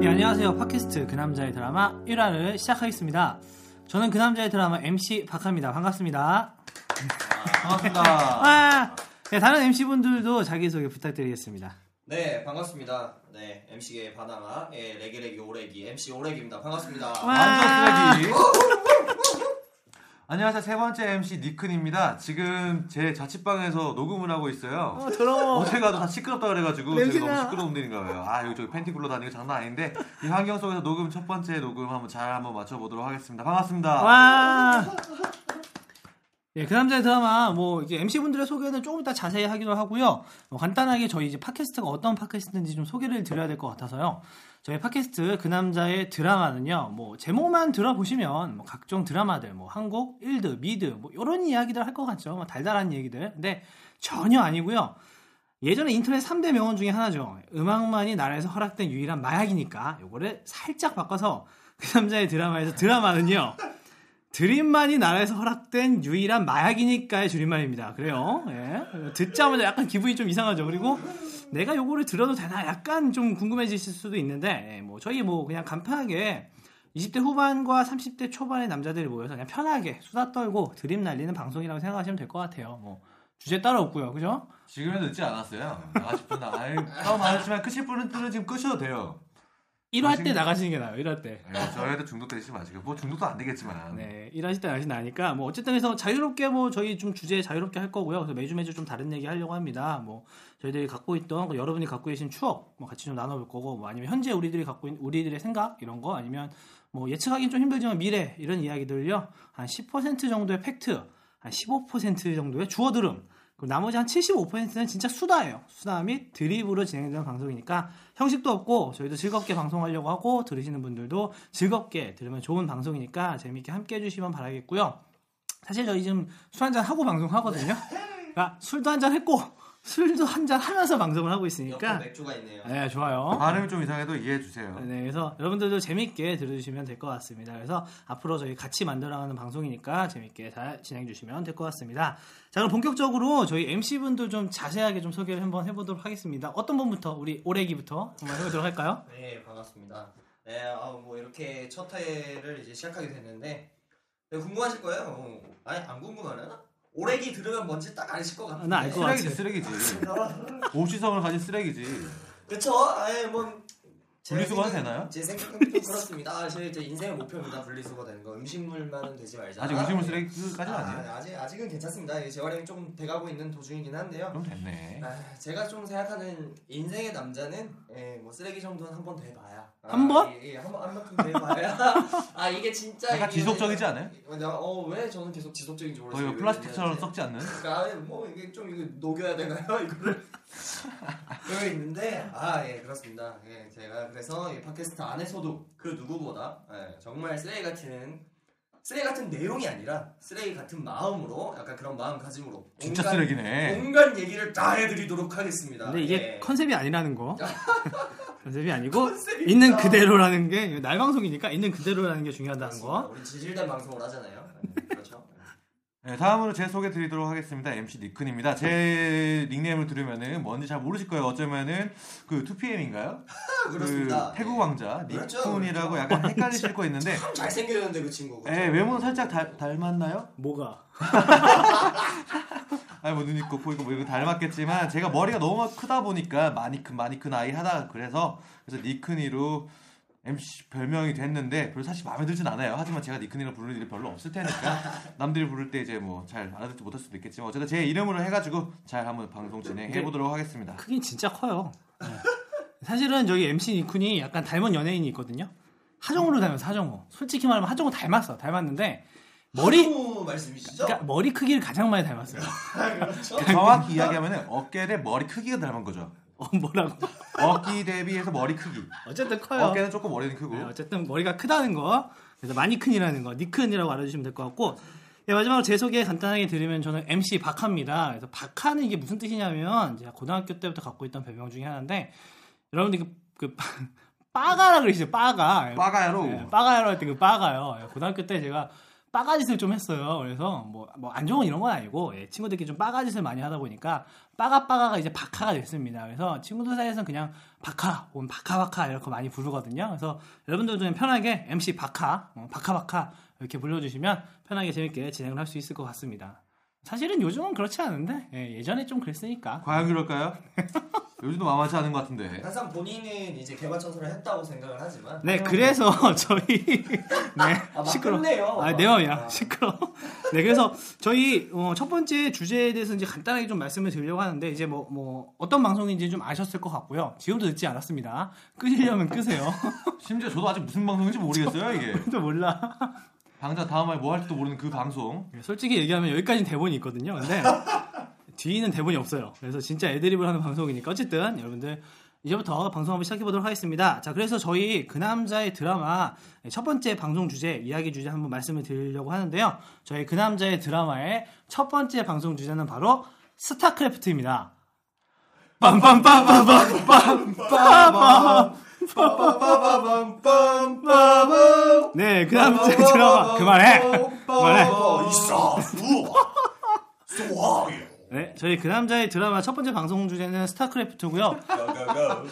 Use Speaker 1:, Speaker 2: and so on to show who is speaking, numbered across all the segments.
Speaker 1: 네, 안녕하세요. 팟캐스트 그 남자의 드라마 1화를 시작하겠습니다. 저는 그 남자의 드라마 MC 박하입니다. 반갑습니다.
Speaker 2: 반갑습니다.
Speaker 1: 아, 네, 다른 MC분들도 자기소개 부탁드리겠습니다.
Speaker 2: 네, 반갑습니다. 네, MC의 바나나, 예, 레게레기 오레기, MC 오레기입니다. 반갑습니다.
Speaker 1: 와.
Speaker 3: 완전 쓰레기. 안녕하세요. 세 번째 MC 니큰입니다. 지금 제 자취방에서 녹음을 하고 있어요.
Speaker 1: 어, 더러워.
Speaker 3: 어제가도 다 시끄럽다 그래가지고
Speaker 1: 냄새
Speaker 3: 제가
Speaker 1: 나.
Speaker 3: 너무 시끄러운 데인가 봐요. 아 여기저기 팬티 굴러다니는 거 장난 아닌데 이 환경 속에서 녹음 첫 번째 녹음 한번 잘 한번 맞춰보도록 하겠습니다. 반갑습니다.
Speaker 1: 와. 예, 그 남자의 드라마 뭐 이제 MC 분들의 소개는 조금 이따 자세히 하기로 하고요. 뭐 간단하게 저희 이제 팟캐스트가 어떤 팟캐스트인지 좀 소개를 드려야 될 것 같아서요. 저희 팟캐스트 그 남자의 드라마는요. 뭐 제목만 들어보시면 뭐 각종 드라마들 뭐 한국, 일드, 미드 뭐 이런 이야기들 할 것 같죠. 뭐 달달한 얘기들. 근데 전혀 아니고요. 예전에 인터넷 3대 명언 중에 하나죠. 음악만이 나라에서 허락된 유일한 마약이니까 요거를 살짝 바꿔서 그 남자의 드라마에서 드라마는요. 드림만이 나라에서 허락된 유일한 마약이니까의 줄임말입니다. 그래요. 예. 듣자마자 약간 기분이 좀 이상하죠. 그리고 내가 요거를 들어도 되나 약간 좀 궁금해지실 수도 있는데 예, 뭐 저희 뭐 그냥 간편하게 20대 후반과 30대 초반의 남자들이 모여서 그냥 편하게 수다 떨고 드림 날리는 방송이라고 생각하시면 될 것 같아요. 뭐 주제 따로 없고요. 그죠?
Speaker 3: 지금은 늦지 않았어요. 나가 싶은 날 아유 다음 안 했지만 끄실 분은 은 지금 끄셔도 돼요.
Speaker 1: 1화 때 나가시는 게 나아요. 1화 때.
Speaker 3: 예, 저희도 중독되지 마시고 뭐 중독도 안 되겠지만
Speaker 1: 네, 일하실 때 날씨 나니까 뭐 어쨌든 해서 자유롭게 뭐 저희 좀 주제 자유롭게 할 거고요. 그래서 매주 매주 좀 다른 얘기 하려고 합니다. 뭐 저희들이 갖고 있던 그 여러분이 갖고 계신 추억 뭐 같이 좀 나눠볼 거고 뭐 아니면 현재 우리들이 갖고 있는 우리들의 생각 이런 거 아니면 뭐 예측하기는 좀 힘들지만 미래 이런 이야기들요 한 10% 정도의 팩트 한 15% 정도의 주어 들음 그리고 나머지 한 75%는 진짜 수다예요. 수다 및 드립으로 진행되는 방송이니까 형식도 없고 저희도 즐겁게 방송하려고 하고 들으시는 분들도 즐겁게 들으면 좋은 방송이니까 재미있게 함께 해주시면 바라겠고요. 사실 저희 지금 술 한잔 하고 방송하거든요. 그러니까 술도 한잔 했고 술도 한잔 하면서 방송을 하고 있으니까
Speaker 2: 옆에 맥주가 있네요.
Speaker 1: 네 좋아요.
Speaker 3: 발음이 좀 이상해도 이해해 주세요.
Speaker 1: 네, 그래서 여러분들도 재밌게 들어주시면 될 것 같습니다. 그래서 앞으로 저희 같이 만들어가는 방송이니까 재밌게 잘 진행해 주시면 될 것 같습니다. 자, 그럼 본격적으로 저희 MC분들 좀 자세하게 좀 소개를 한번 해보도록 하겠습니다. 어떤 분부터? 우리 오래기부터 한번 해보도록 할까요?
Speaker 2: 네, 반갑습니다. 네, 아, 뭐 이렇게 첫 회를 이제 시작하게 됐는데 네, 궁금하실 거예요? 어, 아니, 안 궁금하나? 오레기 들으면 뭔지 딱 아실 것 같은데.
Speaker 1: 나 알 것 같아.
Speaker 3: 쓰레기지 쓰레기지 오시성을 가진 쓰레기지.
Speaker 2: 그쵸? 아예 뭐. 제
Speaker 3: 분리수거가
Speaker 2: 생각-
Speaker 3: 되나요?
Speaker 2: 제 생각은 좀 그렇습니다. 아, 제, 제 인생의 목표입니다. 분리수거 되는 거. 음식물만은 되지 말자.
Speaker 3: 아직 음식물 쓰레기까지는
Speaker 2: 아,
Speaker 3: 아니에요.
Speaker 2: 아직 아직은 괜찮습니다. 이게 재활용이 좀 돼가고 있는 도중이긴 한데요.
Speaker 3: 그럼 됐네.
Speaker 2: 아, 제가 좀 생각하는 인생의 남자는 예, 뭐 쓰레기 정도는 한 번 돼봐야 아,
Speaker 1: 한 번?
Speaker 2: 예, 예, 한번 한 번쯤 돼봐야 아 이게 진짜
Speaker 3: 약간
Speaker 2: 이게
Speaker 3: 지속적이지 않아요?
Speaker 2: 어왜 저는 계속 지속적인지
Speaker 3: 거의
Speaker 2: 모르겠어요.
Speaker 3: 뭐
Speaker 2: 네.
Speaker 3: 플라스틱처럼 썩지 않는?
Speaker 2: 아뭐 이게 좀 이거 녹여야 되나요 이거를 여기 있는데 아 예 그렇습니다. 예 제가 그래서 이 팟캐스트 안에서도 그 누구보다 예, 정말 쓰레기 같은 쓰레기 같은 내용이 아니라 쓰레기 같은 마음으로 약간 그런 마음가짐으로
Speaker 3: 진짜
Speaker 2: 온갖
Speaker 3: 쓰레기네.
Speaker 2: 온갖 얘기를 다 해드리도록 하겠습니다.
Speaker 1: 예. 근데 이게
Speaker 2: 예.
Speaker 1: 컨셉이 네. 아니라는 거. 컨셉이 아니고
Speaker 2: 컨셉이
Speaker 1: 있는
Speaker 2: 있다.
Speaker 1: 그대로라는 게 날 방송이니까 있는 그대로라는 게 중요하다는
Speaker 2: 그렇습니다.
Speaker 1: 거.
Speaker 2: 우리 지질된 방송을 하잖아요. 네, 그렇죠.
Speaker 3: 네, 다음으로 제 소개 드리도록 하겠습니다. MC 니큰입니다. 제 닉네임을 들으면은 뭔지 잘 모르실 거예요. 어쩌면은 그 2PM인가요?
Speaker 2: 아, 그렇습니다.
Speaker 3: 태국 왕자
Speaker 2: 그렇죠,
Speaker 3: 니쿤이라고
Speaker 2: 그렇죠.
Speaker 3: 약간 헷갈리실 거 있는데
Speaker 2: 참 잘생겼는데 그 친구. 그렇죠?
Speaker 3: 예, 외모는 살짝 닮- 닮았나요?
Speaker 1: 뭐가?
Speaker 3: 아니 뭐 눈 있고 코 있고 뭐 이거 닮았겠지만 제가 머리가 너무 크다 보니까 많이 큰 많이 큰 아이 하다 그래서 그래서 니큰이로 MC 별명이 됐는데 별로 사실 마음에 들진 않아요. 하지만 제가 니큰이로 부르는 일이 별로 없을 테니까 남들이 부를 때 이제 뭐 잘 알아듣지 못할 수도 있겠지만 어쨌든 제 이름으로 해가지고 잘 한번 방송 진행해 보도록 하겠습니다.
Speaker 1: 크긴 진짜 커요. 네. 사실은 저기 MC 니쿤이 약간 닮은 연예인이 있거든요. 하정우를 닮았어, 하정우. 솔직히 말하면 하정우 닮았어, 닮았는데 머리
Speaker 2: 한우 말씀이시죠?
Speaker 1: 그러니까
Speaker 3: 네.
Speaker 1: 머리 크기를 가장 많이 닮았어요.
Speaker 2: 그렇죠.
Speaker 3: 정확히 이야기하면 어깨에 머리 크기가 닮은 거죠.
Speaker 1: 어, 뭐라고?
Speaker 3: 어깨 대비해서 머리 크기.
Speaker 1: 어쨌든 커요.
Speaker 3: 어깨는 조금 머리는 크고.
Speaker 1: 네, 어쨌든 머리가 크다는 거. 그래서 마니큰이라는 거, 니큰이라고 알아주시면 될 것 같고. 예, 마지막으로 제 소개 간단하게 드리면 저는 MC 박하입니다. 그래서 박하는 이게 무슨 뜻이냐면 제가 고등학교 때부터 갖고 있던 별명 중에 하나인데 여러분들 그, 그 빠- 빠가라 그러시죠, 빠가.
Speaker 3: 빠가야로.
Speaker 1: 예, 빠가야로 할 때 그 빠가요. 예, 고등학교 때 제가 빠가짓을 좀 했어요. 그래서 뭐, 뭐 안 좋은 이런 건 아니고 예, 친구들끼리 좀 빠가짓을 많이 하다 보니까 빠가빠가가 이제 박하가 됐습니다. 그래서 친구들 사이에서는 그냥 박하 혹은 박하박하 이렇게 많이 부르거든요. 그래서 여러분들도 그냥 편하게 MC 박하, 어, 박하박하 이렇게 불러주시면 편하게 재밌게 진행을 할 수 있을 것 같습니다. 사실은 요즘은 그렇지 않은데 예, 전에좀 그랬으니까
Speaker 3: 과연 그럴까요? 요즘도 만만치 않은 것 같은데.
Speaker 2: 항상 본인은 이제 개발천선을 했다고 생각을 하지만
Speaker 1: 네, 그래서 저희 네,
Speaker 2: 아, 막
Speaker 1: 시끄러.
Speaker 2: 끝내요.
Speaker 1: 아, 내 맘이야.
Speaker 2: 아.
Speaker 1: 시끄러. 네, 그래서 저희 어, 첫 번째 주제에 대해서 이제 간단하게 좀 말씀을 드리려고 하는데 이제 뭐 뭐 어떤 방송인지 좀 아셨을 것 같고요. 지금도 듣지 않았습니다. 끄시려면 끄세요.
Speaker 3: 심지어 저도 아직 무슨 방송인지 모르겠어요 이게.
Speaker 1: 또 몰라.
Speaker 3: 당장 다음 화에 뭐 할지도 모르는 그 방송.
Speaker 1: 솔직히 얘기하면 여기까지는 대본이 있거든요. 근데 뒤에는 대본이 없어요. 그래서 진짜 애드립을 하는 방송이니까 어쨌든 여러분들 이제부터 방송 한번 시작해 보도록 하겠습니다. 자, 그래서 저희 그 남자의 드라마 첫 번째 방송 주제 이야기 주제 한번 말씀을 드리려고 하는데요. 저희 그 남자의 드라마의 첫 번째 방송 주제는 바로 스타크래프트입니다. 빰빰빰빰빰빰빰빰
Speaker 2: 빠바밤빰빠밤
Speaker 1: 네, 그 남자의 드라마 그만해. 그만해.
Speaker 2: 있어 소화
Speaker 1: 네, 저희 그 남자의 드라마 첫 번째 방송 주제는 스타크래프트고요.
Speaker 2: 가가가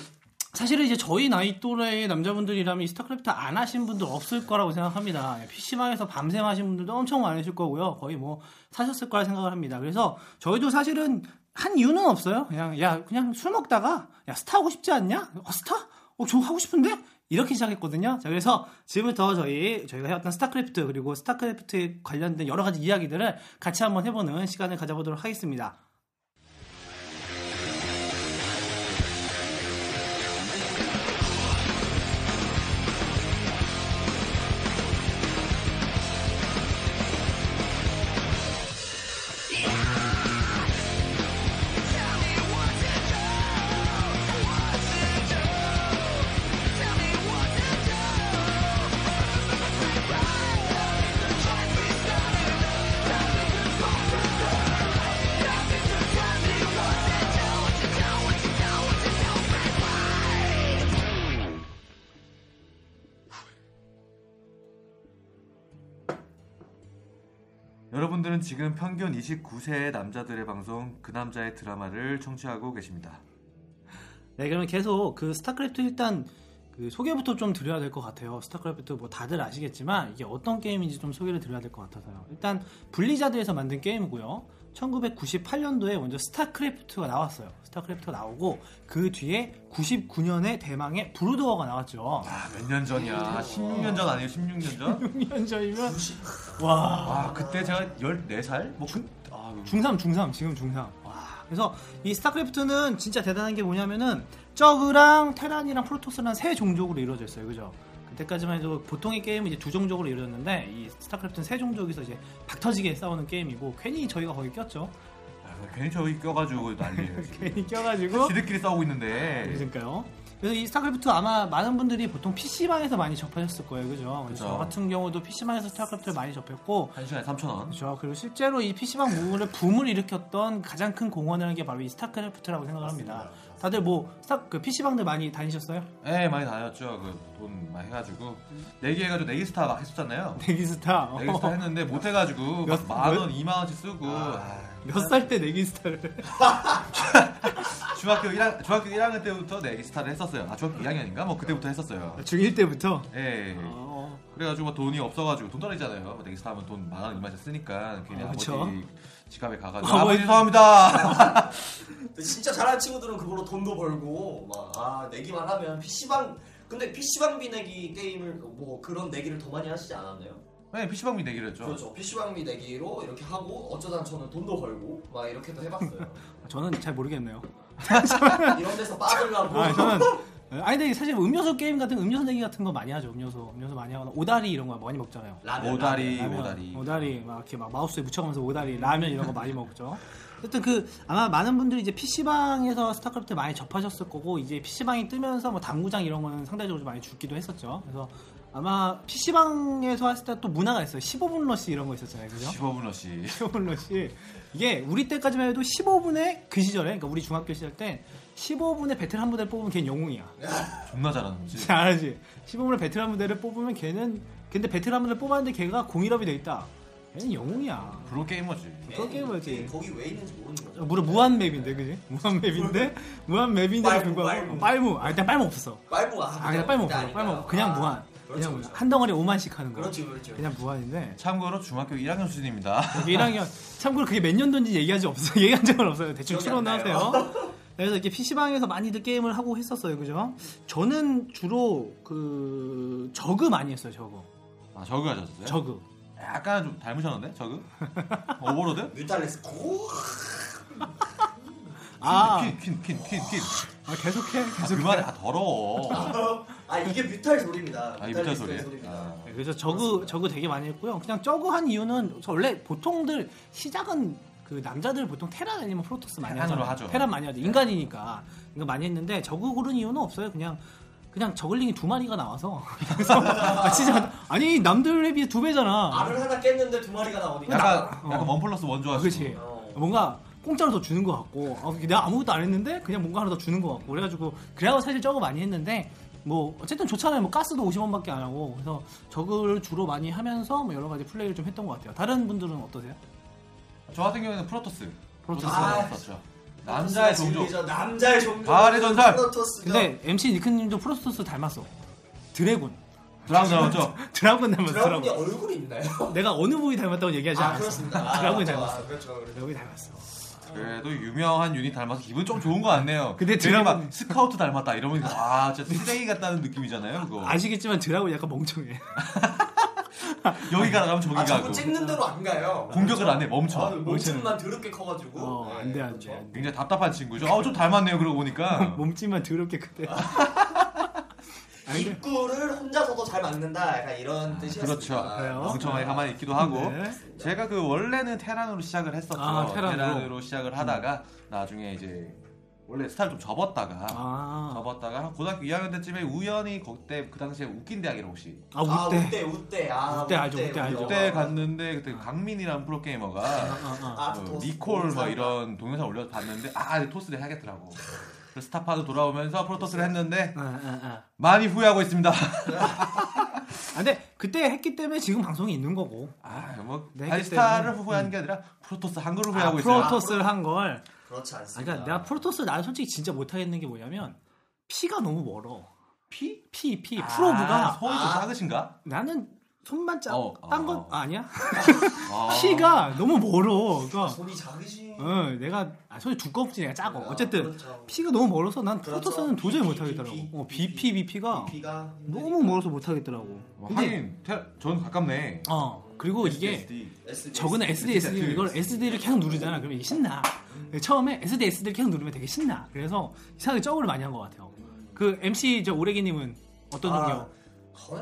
Speaker 1: 사실은 이제 저희 나이 또래의 남자분들이라면 이 스타크래프트 안 하신 분들 없을 거라고 생각합니다. 예, PC방에서 밤샘 하신 분들도 엄청 많으실 거고요. 거의 뭐 사셨을 거라 생각을 합니다. 그래서 저희도 사실은 한 이유는 없어요. 그냥 야 그냥 술 먹다가 야 스타 하고 싶지 않냐? 어, 스타? 어, 저 하고 싶은데? 이렇게 시작했거든요. 자, 그래서 지금부터 저희 저희가 해왔던 스타크래프트 그리고 스타크래프트에 관련된 여러 가지 이야기들을 같이 한번 해보는 시간을 가져보도록 하겠습니다.
Speaker 3: 여러분들은 지금 평균 29세의 남자들의 방송 그 남자의 드라마를 청취하고 계십니다.
Speaker 1: 네, 그러면 계속 그 스타크래프트 일단 그 소개부터 좀 드려야 될 것 같아요. 스타크래프트 뭐 다들 아시겠지만 이게 어떤 게임인지 좀 소개를 드려야 될 것 같아서요. 일단 블리자드에서 만든 게임이고요. 1998년도에 먼저 스타크래프트가 나왔어요. 스타크래프트가 나오고 그 뒤에 99년에 대망의 브루더가 나왔죠.
Speaker 3: 아, 몇 년 전이야? 16년 전 아니에요? 16년 전?
Speaker 1: 6년 전이면 와
Speaker 3: 아 그때 제가 14살? 뭐 그, 아,
Speaker 1: 중3, 중3, 지금 중3. 와. 그래서 이 스타크래프트는 진짜 대단한 게 뭐냐면은 저그랑 테란이랑 프로토스랑 세 종족으로 이루어져 있어요. 그죠? 그때까지만 해도 보통의 게임은 이제 두 종족으로 이루어졌는데 이 스타크래프트는 세 종족에서 이제 박터지게 싸우는 게임이고 괜히 저희가 거기 꼈죠.
Speaker 3: 아, 괜히 저기 껴가지고 난리예요. 지금.
Speaker 1: 괜히 껴가지고
Speaker 3: 지들끼리 싸우고 있는데
Speaker 1: 그러니까요. 그래서 이 스타크래프트 아마 많은 분들이 보통 PC방에서 많이 접하셨을 거예요. 그죠? 그래서
Speaker 3: 그죠.
Speaker 1: 저 같은 경우도 PC방에서 스타크래프트를 많이 접했고
Speaker 3: 1시간에 3,000원.
Speaker 1: 그렇죠. 그리고 실제로 이 PC방 부문을 붐을 일으켰던 가장 큰 공헌이라는 게 바로 이 스타크래프트라고 생각합니다. 다들 뭐 스타 그 PC방들 많이 다니셨어요?
Speaker 3: 예, 많이 다녔죠. 그돈 많이 해가지고. 4개 해가지고 4개 스타 막 했었잖아요.
Speaker 1: 내기스타. 어.
Speaker 3: 4개 스타 했는데 못 해가지고
Speaker 1: 몇-
Speaker 3: 만원, 2만원씩 쓰고.
Speaker 1: 몇 살 때 내기스타를?
Speaker 3: 중학교 1학, 중학교 1학년 때부터 내기 스타를 했었어요. 아, 중학교 2학년인가? 뭐 그때부터 했었어요.
Speaker 1: 아, 중1 때부터.
Speaker 3: 예.
Speaker 1: 어,
Speaker 3: 그래가지고 뭐 돈이 없어가지고 돈떨어지잖아요. 내기 스타 하면 돈 만원 이만씩 쓰니까 괜히
Speaker 1: 아,
Speaker 3: 아버지
Speaker 1: 그쵸.
Speaker 3: 지갑에 가가지고
Speaker 1: 어,
Speaker 3: 아버지
Speaker 1: 뭐-
Speaker 3: 죄송합니다.
Speaker 2: 진짜 잘하는 친구들은 그걸로 돈도 벌고 막아 내기만 하면 PC방 근데 PC방비 내기 게임을 뭐 그런 내기를 더 많이 하시지 않았나요?
Speaker 3: 네, PC방비 내기로 했죠.
Speaker 2: 그렇죠. PC방비 내기로 이렇게 하고 어쩌다 저는 돈도 벌고 막 이렇게도 해봤어요.
Speaker 1: 저는 잘 모르겠네요.
Speaker 2: 이런 데서 빠져가고
Speaker 1: 아, 저는 아니 근데 사실 음료수 게임 같은 거, 음료수 내기 같은 거 많이 하죠. 음료수 음료수 많이 하거나 오다리 이런 거 많이 먹잖아요.
Speaker 2: 라면,
Speaker 3: 오다리,
Speaker 1: 라면,
Speaker 3: 오다리.
Speaker 1: 오다리 막 이렇게 막 마우스에 붙여가면서 오다리 라면 이런 거 많이 먹죠. 어쨌든 그 아마 많은 분들이 이제 PC방에서 스타크래프트 많이 접하셨을 거고 이제 PC방이 뜨면서 뭐 당구장 이런 거는 상대적으로 좀 많이 죽기도 했었죠. 그래서 아마 PC방에서 했을 때 또 문화가 있어요. 15분 러시 이런 거 있었잖아요. 그죠?
Speaker 3: 15분 러시.
Speaker 1: 15분 러시. 이게 우리 때까지만 해도 15분에 그 시절에 그러니까 우리 중학교 시절 때 15분에 베테랑 한 무대를 뽑으면 걔는 영웅이야.
Speaker 3: 존나 잘하는 거지.
Speaker 1: 잘하지. 15분에 베테랑 무대를 뽑으면 걔는 근데 베테랑 무대를 뽑았는데 걔가 공일업이 돼 있다. 걔는 영웅이야.
Speaker 3: 프로 게이머지.
Speaker 1: 그런 게임이지.
Speaker 2: 거기 왜 있는지 모르는 거죠.
Speaker 1: 무려 무한 맵인데 그지? 무한 맵인데 무한 맵인데
Speaker 2: 빨무,
Speaker 1: 불구하고
Speaker 2: 빨무.
Speaker 1: 빨무 아 일단 빨무 없었어.
Speaker 2: 빨보 아,
Speaker 1: 아 그냥 빨무 없어. 빨무 없어. 그냥 무한. 그냥
Speaker 2: 그렇죠,
Speaker 1: 무한.
Speaker 2: 그렇죠.
Speaker 1: 한 덩어리 5만씩 하는 거.
Speaker 2: 그렇죠, 그렇죠.
Speaker 1: 그냥 무한인데
Speaker 3: 참고로 중학교 1학년 수준입니다.
Speaker 1: 이게 1학년 참고로 그게 몇 년도인지 얘기하지 없어요. 얘기한 적은 없어요. 대충
Speaker 2: 기억이
Speaker 1: 추론
Speaker 2: 안 나요.
Speaker 1: 하세요. 그래서 이렇게 PC방에서 많이들 게임을 하고 했었어요. 그죠? 저는 주로 그 저그 많이 했어요. 저그.
Speaker 3: 아, 저그
Speaker 2: 네?
Speaker 3: 하셨어요?
Speaker 1: 저그.
Speaker 3: 약간 좀 닮으셨는데? 저그? 오버로드?
Speaker 2: 뮤탈렉스 고
Speaker 1: 아,
Speaker 3: 퀸, 퀸, 퀸, 퀸, 퀸.
Speaker 1: 아, 계속해.
Speaker 3: 아, 그만해. 아, 더러워.
Speaker 2: 아 이게 뮤탈 소리입니다.
Speaker 3: 아, 이부터
Speaker 2: 뮤탈렉스의
Speaker 3: 소리예요.
Speaker 2: 소리입니다.
Speaker 3: 아.
Speaker 1: 네, 그래서 저그 저그 되게 많이 했고요. 그냥 저그 한 이유는 저 원래 보통들 시작은 그 남자들 보통 테란 아니면 프로토스 많이
Speaker 3: 테란으로
Speaker 1: 하잖아요.
Speaker 3: 하죠.
Speaker 1: 테란 많이 하죠. 네. 인간이니까 이거 많이 했는데 저그 고른 이유는 없어요. 그냥 그냥 저글링이 두 마리가 나와서 그래서 아, 진짜 아니 남들에 비해 두 배잖아.
Speaker 2: 알을 하나 깼는데 두 마리가 나오니까.
Speaker 3: 약간,
Speaker 1: 어.
Speaker 3: 약간 원 플러스 원 좋아하시고.
Speaker 1: 그렇지.
Speaker 2: 어.
Speaker 1: 뭔가 공짜로 더 주는 것 같고 아, 내가 아무것도 안 했는데 그냥 뭔가 하나 더 주는 것 같고 그래가지고 그래가 사실 저거 많이 했는데 뭐 어쨌든 좋잖아요 뭐 가스도 50원밖에 안 하고 그래서 저거를 주로 많이 하면서 뭐 여러 가지 플레이를 좀 했던 것 같아요 다른 분들은 어떠세요?
Speaker 3: 저 같은 경우에는 프로토스.
Speaker 1: 프로토스.
Speaker 3: 프로토스가
Speaker 2: 아.
Speaker 3: 있었죠. 남자의 종족.
Speaker 2: 진리죠. 남자의 종족.
Speaker 3: 가을의 전설.
Speaker 2: 프로토스죠.
Speaker 1: 근데 MC 니크님도 프로스토스 닮았어 드래곤
Speaker 3: 드라마 나왔죠?
Speaker 1: 드래곤 닮았어
Speaker 2: 드라군이
Speaker 1: 드래곤
Speaker 2: 얼굴이 있나요?
Speaker 1: 내가 어느 부위 닮았다고 얘기하지
Speaker 2: 아
Speaker 1: 않았어
Speaker 2: 그렇습니다. 아,
Speaker 1: 드라군이
Speaker 2: 맞죠.
Speaker 1: 닮았어
Speaker 2: 아, 그렇죠. 그렇죠.
Speaker 1: 여기 닮았어
Speaker 3: 그래도 유명한 유닛 닮아서 기분 좀 좋은 거 같네요.
Speaker 1: 근데
Speaker 3: 괜히 막
Speaker 1: 드라마-
Speaker 3: 스카우트 닮았다 이러면 아 진짜 쓰레기 같다는 느낌이잖아요. 그거
Speaker 1: 아시겠지만 드래곤 약간 멍청해
Speaker 3: 여기 가라면 저기 가고
Speaker 2: 아 자꾸 찍는 대로 안 가요.
Speaker 3: 공격을 안 해 멈춰.
Speaker 2: 아, 몸집만 더럽게 커가지고.
Speaker 1: 어, 안 돼, 안
Speaker 2: 그렇죠.
Speaker 1: 돼, 안 돼.
Speaker 3: 굉장히 답답한 친구죠. 어, 아좀 닮았네요. 그러고
Speaker 2: 어.
Speaker 3: 보니까
Speaker 1: 몸집만 더럽게 크대 아니 네.
Speaker 2: 입구를 혼자서도 잘 막는다. 약간 이런 뜻이었습니다. 아,
Speaker 3: 그렇죠.
Speaker 1: 그래요?
Speaker 3: 멍청하게 가만히 있기도 하고
Speaker 1: 네.
Speaker 3: 제가 그 원래는 테란으로 시작을 했었죠.
Speaker 1: 아, 테란으로.
Speaker 3: 시작을 하다가 나중에 이제 원래 스타일 좀 접었다가
Speaker 1: 아,
Speaker 3: 접었다가 고등학교 2학년 때쯤에 우연히 그때 그 당시에 웃긴 대학이라고 혹시
Speaker 1: 아
Speaker 2: 아,
Speaker 1: 웃대
Speaker 2: 우대, 우대. 아,
Speaker 1: 우대 알죠, 우대 알죠.
Speaker 3: 그때 갔는데 그때 강민이라는 프로게이머가
Speaker 1: 아,
Speaker 2: 아,
Speaker 3: 어,
Speaker 2: 토스,
Speaker 3: 니콜 막
Speaker 2: 토스.
Speaker 3: 이런 동영상 올려서 봤는데 아 이제 토스를 하겠더라고 그래서 스타파도 돌아오면서 프로토스를 했는데
Speaker 1: 아, 아, 아.
Speaker 3: 많이 후회하고 있습니다
Speaker 1: 아, 근데 그때 했기 때문에 지금 방송이 있는 거고
Speaker 3: 아뭐
Speaker 1: 네,
Speaker 3: 아니
Speaker 1: 그때는-
Speaker 3: 스타를 후회하는 게 아니라 프로토스 한
Speaker 1: 아,
Speaker 3: 걸로 후회하고 있어요
Speaker 1: 프로토스를 한 걸.
Speaker 2: 그렇지
Speaker 1: 아,
Speaker 2: 않습니다.
Speaker 1: 그러니까 내가 프로토스 를 나는 솔직히 진짜 못하겠는 게 뭐냐면 피가 너무 멀어. 피? 피, 피.
Speaker 3: 아,
Speaker 1: 프로브가
Speaker 3: 손이 좀 작으신가?
Speaker 1: 나는 손만 짜.
Speaker 3: 어,
Speaker 1: 딴
Speaker 3: 어.
Speaker 1: 건 아, 니야
Speaker 3: 아.
Speaker 1: 피가 너무 멀어. 그러니까
Speaker 2: 손이 작으신.
Speaker 1: 어, 내가 아, 손이 두껍지 내가 짜고 어쨌든
Speaker 2: 그렇죠.
Speaker 1: 피가 너무 멀어서 난 프로토스는
Speaker 2: 그렇죠.
Speaker 1: 도저히
Speaker 2: BP,
Speaker 1: 못하겠더라고. 어,
Speaker 2: BP.
Speaker 1: BP, BP가
Speaker 2: 비가
Speaker 1: 너무 멀어서 못하겠더라고.
Speaker 3: 와,
Speaker 1: 근데
Speaker 3: 뭐 하긴 테- 저는 가깝네
Speaker 1: 어 그리고 이게
Speaker 2: SD.
Speaker 1: 적은 SD, SD
Speaker 3: SD.
Speaker 1: 이걸 SD를 계속 누르잖아. 그러면 이게 신나. 처음에 SD, SD를 계속 누르면 되게 신나. 그래서 이상하게 저을 많이 한 것 같아요. 그 MC 저 오레기님은 어떤
Speaker 2: 아,
Speaker 1: 종류?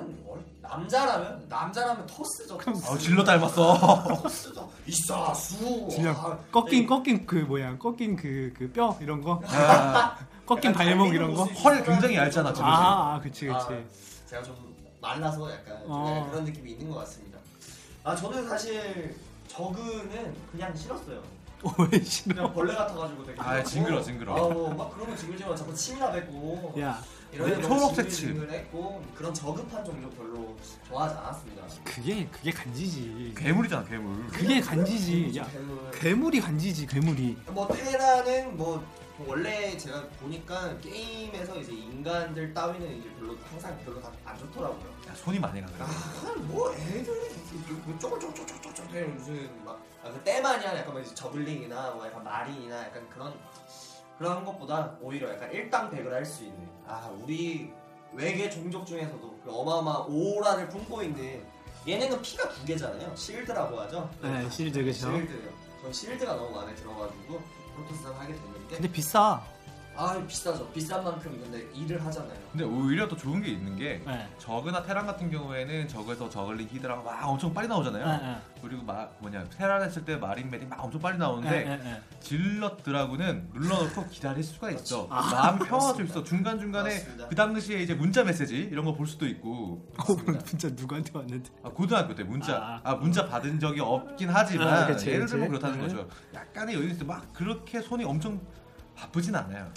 Speaker 2: 저는 뭘? 남자라면 남자라면 토스죠.
Speaker 3: 아, 질러 닮았어
Speaker 2: 토스죠. 이사 수.
Speaker 1: 질량
Speaker 2: 아,
Speaker 1: 꺾인
Speaker 2: 네.
Speaker 1: 꺾인 그 뭐야? 꺾인 그 그 뼈 이런 거?
Speaker 3: 아,
Speaker 1: 꺾인
Speaker 2: 약간
Speaker 1: 발목
Speaker 2: 달리는
Speaker 1: 이런 거?
Speaker 2: 모습이
Speaker 3: 헐 굉장히 얇잖아 지금
Speaker 1: 아, 아 그치
Speaker 2: 아,
Speaker 1: 그치.
Speaker 2: 제가 좀 말라서 약간 좀
Speaker 1: 어.
Speaker 2: 약간 그런 느낌이 있는 것 같습니다. 아 저는 사실 저그는 그냥 싫었어요.
Speaker 1: 왜 싫어?
Speaker 2: 그냥 벌레 같아가지고 되게.
Speaker 3: 아,
Speaker 2: 싫었고.
Speaker 3: 징그러, 징그러.
Speaker 2: 아우 막 그런 거 징글징글 자꾸 침이나 뱉고.
Speaker 1: 야
Speaker 3: 네,
Speaker 2: 이런
Speaker 3: 초록색 침.
Speaker 2: 했고 그런 저급한 종류 별로 좋아하지
Speaker 3: 음,
Speaker 2: 않았습니다.
Speaker 1: 그게 그게 간지지.
Speaker 3: 괴물이잖아 괴물
Speaker 1: 그게 간지지. 야
Speaker 2: 괴물.
Speaker 1: 괴물이 간지지 괴물이.
Speaker 2: 뭐 테라는 뭐 원래 제가 보니까 게임에서 이제 인간들 따위는 이제 별로 항상 별로 다 안 좋더라고요.
Speaker 3: 야, 아, 손이 많이 가 그래
Speaker 2: 그냥 뭐 애들이 쪼글쪼글쪼글쪼글쪼글 그냥 무슨 막그 때만이 한 약간 막 이제 저글링이나 뭐 약간 마린이나 약간 그런 그런 것보다 오히려 약간 일당백을 할 수 있는 아 우리 외계 종족 중에서도 그 어마어마 오라를 품고 있는 얘네는 피가 두 개잖아요. 실드라고 하죠.
Speaker 1: 네 실제 그죠.
Speaker 2: 실드요. 전 실드가 너무 마음에 들어가지고 프로토스를 하게 됐는데
Speaker 1: 근데 비싸.
Speaker 2: 아 비싸죠. 비싼 만큼 근데 일을 하잖아요.
Speaker 3: 근데 오히려 또 좋은 게 있는 게
Speaker 1: 네.
Speaker 3: 저그나 테란 같은 경우에는 저그에서 저글링 히드라가 막 엄청 빨리 나오잖아요.
Speaker 1: 네,
Speaker 3: 그리고 막 뭐냐 테란 했을 때 마린 메딕 막 엄청
Speaker 1: 네,
Speaker 3: 빨리 나오는데
Speaker 1: 네, 네.
Speaker 3: 질럿 드라군은 눌러놓고 기다릴 수가
Speaker 1: 그렇죠.
Speaker 3: 있어.
Speaker 1: 아,
Speaker 3: 마음 편하죠 있어. 중간 중간에
Speaker 2: 맞습니다.
Speaker 3: 그 당시에 이제 문자 메시지 이런 거 볼 수도 있고
Speaker 2: 맞습니다.
Speaker 1: 진짜 누구한테 왔는데?
Speaker 3: 아, 고등학교 때 문자
Speaker 1: 아.
Speaker 3: 아, 문자 받은 적이 없긴 하지만
Speaker 1: 아, 그치,
Speaker 3: 예를 들면
Speaker 1: 그치.
Speaker 3: 그렇다는
Speaker 1: 네.
Speaker 3: 거죠. 약간의 여유 있어. 막 그렇게 손이 엄청 바쁘진 않아요.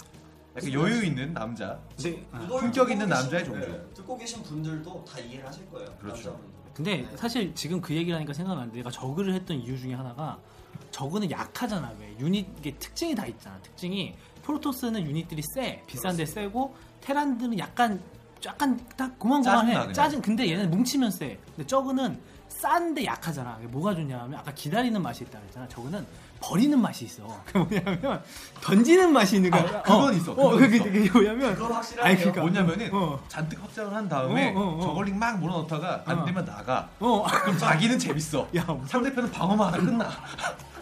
Speaker 3: 약간 여유 있는 남자.
Speaker 1: 근데, 아.
Speaker 2: 이걸
Speaker 3: 품격
Speaker 2: 듣고
Speaker 3: 있는
Speaker 2: 계신-
Speaker 3: 남자의 종류.
Speaker 2: 네, 듣고 계신 분들도 다 이해를 하실 거예요.
Speaker 3: 그렇죠.
Speaker 2: 남자분들.
Speaker 1: 근데
Speaker 2: 네.
Speaker 1: 사실 지금 그 얘기를 하니까 생각나는데 내가 저그를 했던 이유 중에 하나가 저그는 약하잖아 왜 유닛의 특징이 다 있잖아 특징이 프로토스는 유닛들이 세 비싼데 세고 테란들은 약간 약간 딱
Speaker 3: 짜증나,
Speaker 1: 고만고만해
Speaker 3: 그냥.
Speaker 1: 짜증 근데 얘는 뭉치면 세 근데 저그는 싼데 약하잖아 이게 뭐가 좋냐면 아까 기다리는 맛이 있다 그랬잖아 저그는 버리는 맛이 있어 그게 뭐냐면 던지는 맛이 있는 거야
Speaker 3: 아, 그건 있어,
Speaker 1: 어,
Speaker 3: 그건
Speaker 1: 그게,
Speaker 3: 있어.
Speaker 1: 그게 뭐냐면
Speaker 2: 그건
Speaker 1: 아니,
Speaker 2: 확실하네요.
Speaker 1: 그러니까.
Speaker 3: 뭐냐면은
Speaker 1: 어.
Speaker 3: 잔뜩 확장을 한 다음에
Speaker 1: 어, 어, 어.
Speaker 3: 저걸링 막 몰아넣다가 안
Speaker 1: 어.
Speaker 3: 되면 나가.
Speaker 1: 어
Speaker 3: 그럼 자기는 재밌어.
Speaker 1: 야, 뭐.
Speaker 3: 상대편은 방어만 하다 끝나.